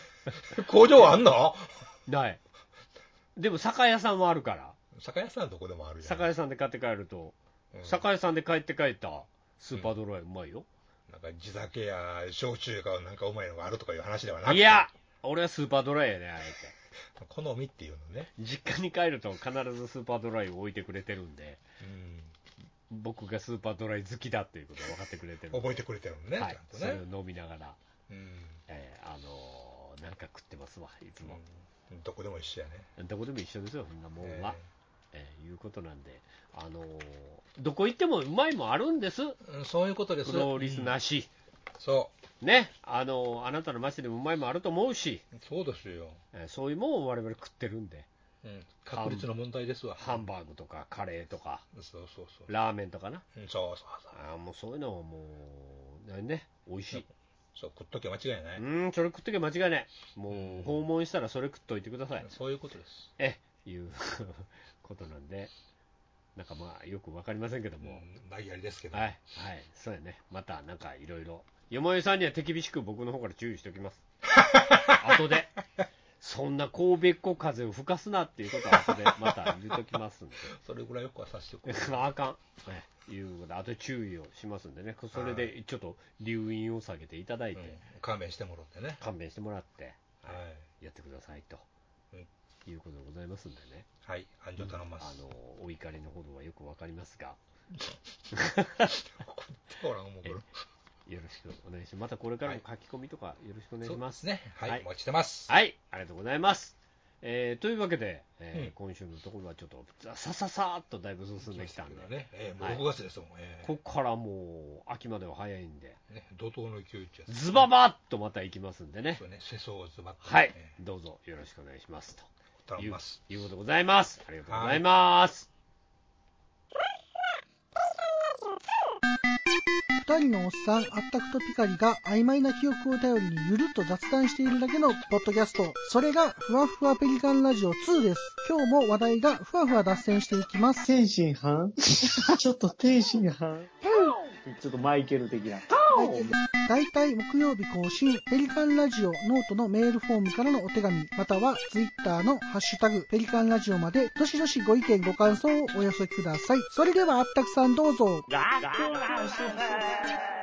[SPEAKER 3] 工場あんの
[SPEAKER 2] ない。でも、酒屋さんはあるから。
[SPEAKER 3] 酒屋さんはどこでもあるじゃん。
[SPEAKER 2] 酒屋さんで買って帰ると、
[SPEAKER 3] うん
[SPEAKER 2] 酒屋さんで帰って帰ったスーパードライうまいよ。
[SPEAKER 3] なんか地酒や焼酎かなんかうまいのがあるとかいう話ではなくて
[SPEAKER 2] いや、俺はスーパードライやね、あえて。
[SPEAKER 3] 好みっていうのね。
[SPEAKER 2] 実家に帰ると必ずスーパードライを置いてくれてるんで、
[SPEAKER 3] うん
[SPEAKER 2] 僕がスーパードライ好きだっていうことを分かってくれてるんで
[SPEAKER 3] 覚えてくれてるのね、
[SPEAKER 2] はい
[SPEAKER 3] ちゃんと
[SPEAKER 2] それ
[SPEAKER 3] ね。
[SPEAKER 2] を飲みながら、
[SPEAKER 3] うん
[SPEAKER 2] えーあのーなんか食ってますわ、いつも。
[SPEAKER 3] うんどこでも一緒やね。
[SPEAKER 2] どこでも一緒ですよ、そんなもんは。えーいうことなんで、あのーどこ行ってもうまいもんあるんです、
[SPEAKER 3] えーうんそういうことです
[SPEAKER 2] プロリスナ
[SPEAKER 3] う
[SPEAKER 2] ー
[SPEAKER 3] ん
[SPEAKER 2] し。
[SPEAKER 3] そ
[SPEAKER 2] ね、あのーあなたの街でもうまいもんあると思うし、
[SPEAKER 3] う、そうですよ。
[SPEAKER 2] えーそういうもんを我々食ってるんで、
[SPEAKER 3] うん確率の問題ですわ。
[SPEAKER 2] ハンバーグとかカレーとか、
[SPEAKER 3] そうそうそう。
[SPEAKER 2] ラーメンとかな。
[SPEAKER 3] うんそうそう
[SPEAKER 2] ああ、もうそういうのはもう、ね、美味しい。
[SPEAKER 3] そう、食っときゃ間違いな
[SPEAKER 2] う
[SPEAKER 3] い。
[SPEAKER 2] ーん、それ食っとけば間違いない。
[SPEAKER 3] う
[SPEAKER 2] も
[SPEAKER 3] ん
[SPEAKER 2] う、訪問したらそれ食っといてください。
[SPEAKER 3] そういうことです。
[SPEAKER 2] ええ、いう ことなんで、なんかまあ、よくわかりませんけど
[SPEAKER 3] も
[SPEAKER 2] も、
[SPEAKER 3] う、投げやりですけど。
[SPEAKER 2] はい、はい、そうやね。また、なんかいろいろ。よもえさんには手厳しく僕の方から注意しておきます。後で。そんな神戸っ子風を吹かすなっていうことは後でまた言っときますんで。
[SPEAKER 3] それぐらいよくはさせておく。
[SPEAKER 2] あかん。はいいうことで、あと注意をしますんでね。それでちょっと留飲を下げていただいて、
[SPEAKER 3] うん勘弁してもらってね。
[SPEAKER 2] 勘弁してもらって、
[SPEAKER 3] は
[SPEAKER 2] はい
[SPEAKER 3] い。
[SPEAKER 2] やってくださいと。
[SPEAKER 3] うん
[SPEAKER 2] いうことでございますんでね。
[SPEAKER 3] はい、安城頼みます
[SPEAKER 2] あ。のお怒りのほどはよくわかりますが、
[SPEAKER 3] 怒ってほら、もうこれ。
[SPEAKER 2] よろしくお願いします。またこれからも書き込みとかよろしくお願いします。
[SPEAKER 3] そうですね。は、
[SPEAKER 2] はいい
[SPEAKER 3] お待ちしてます。
[SPEAKER 2] はい、ありがとうございます。えーというわけで、えー
[SPEAKER 3] うん
[SPEAKER 2] 今週のところはちょっとささささーっとだいぶ進んできたんで、
[SPEAKER 3] ね。ええもう
[SPEAKER 2] はい
[SPEAKER 3] 6月ですもん。ええ
[SPEAKER 2] ここからもう秋までは早いんで、
[SPEAKER 3] ね、怒涛の勢いってやつ
[SPEAKER 2] ズババッとまた行きますんでね
[SPEAKER 3] そ、うね、世相をズバッとね。
[SPEAKER 2] はい
[SPEAKER 3] え、
[SPEAKER 2] どうぞよろしくお願いしますと
[SPEAKER 3] え頼
[SPEAKER 2] い
[SPEAKER 3] み
[SPEAKER 2] う
[SPEAKER 3] ます。
[SPEAKER 2] いうことでございます。ありがとうございます。
[SPEAKER 4] 二人のおっさん、あったくとピカリが曖昧な記憶を頼りにゆるっと雑談しているだけのポッドキャスト。それが、ふわふわペリカンラジオ2です。今日も話題がふわふわ脱線していきます。
[SPEAKER 5] 天津飯ちょっと天津飯ちょっとマイケル的な。
[SPEAKER 4] だいたい木曜日更新、ペリカンラジオノートのメールフォームからのお手紙、またはツイッターのハッシュタグ、ペリカンラジオまで、どしどしご意見ご感想をお寄せください。それではあったくさんどうぞ。
[SPEAKER 5] ガッガッガッ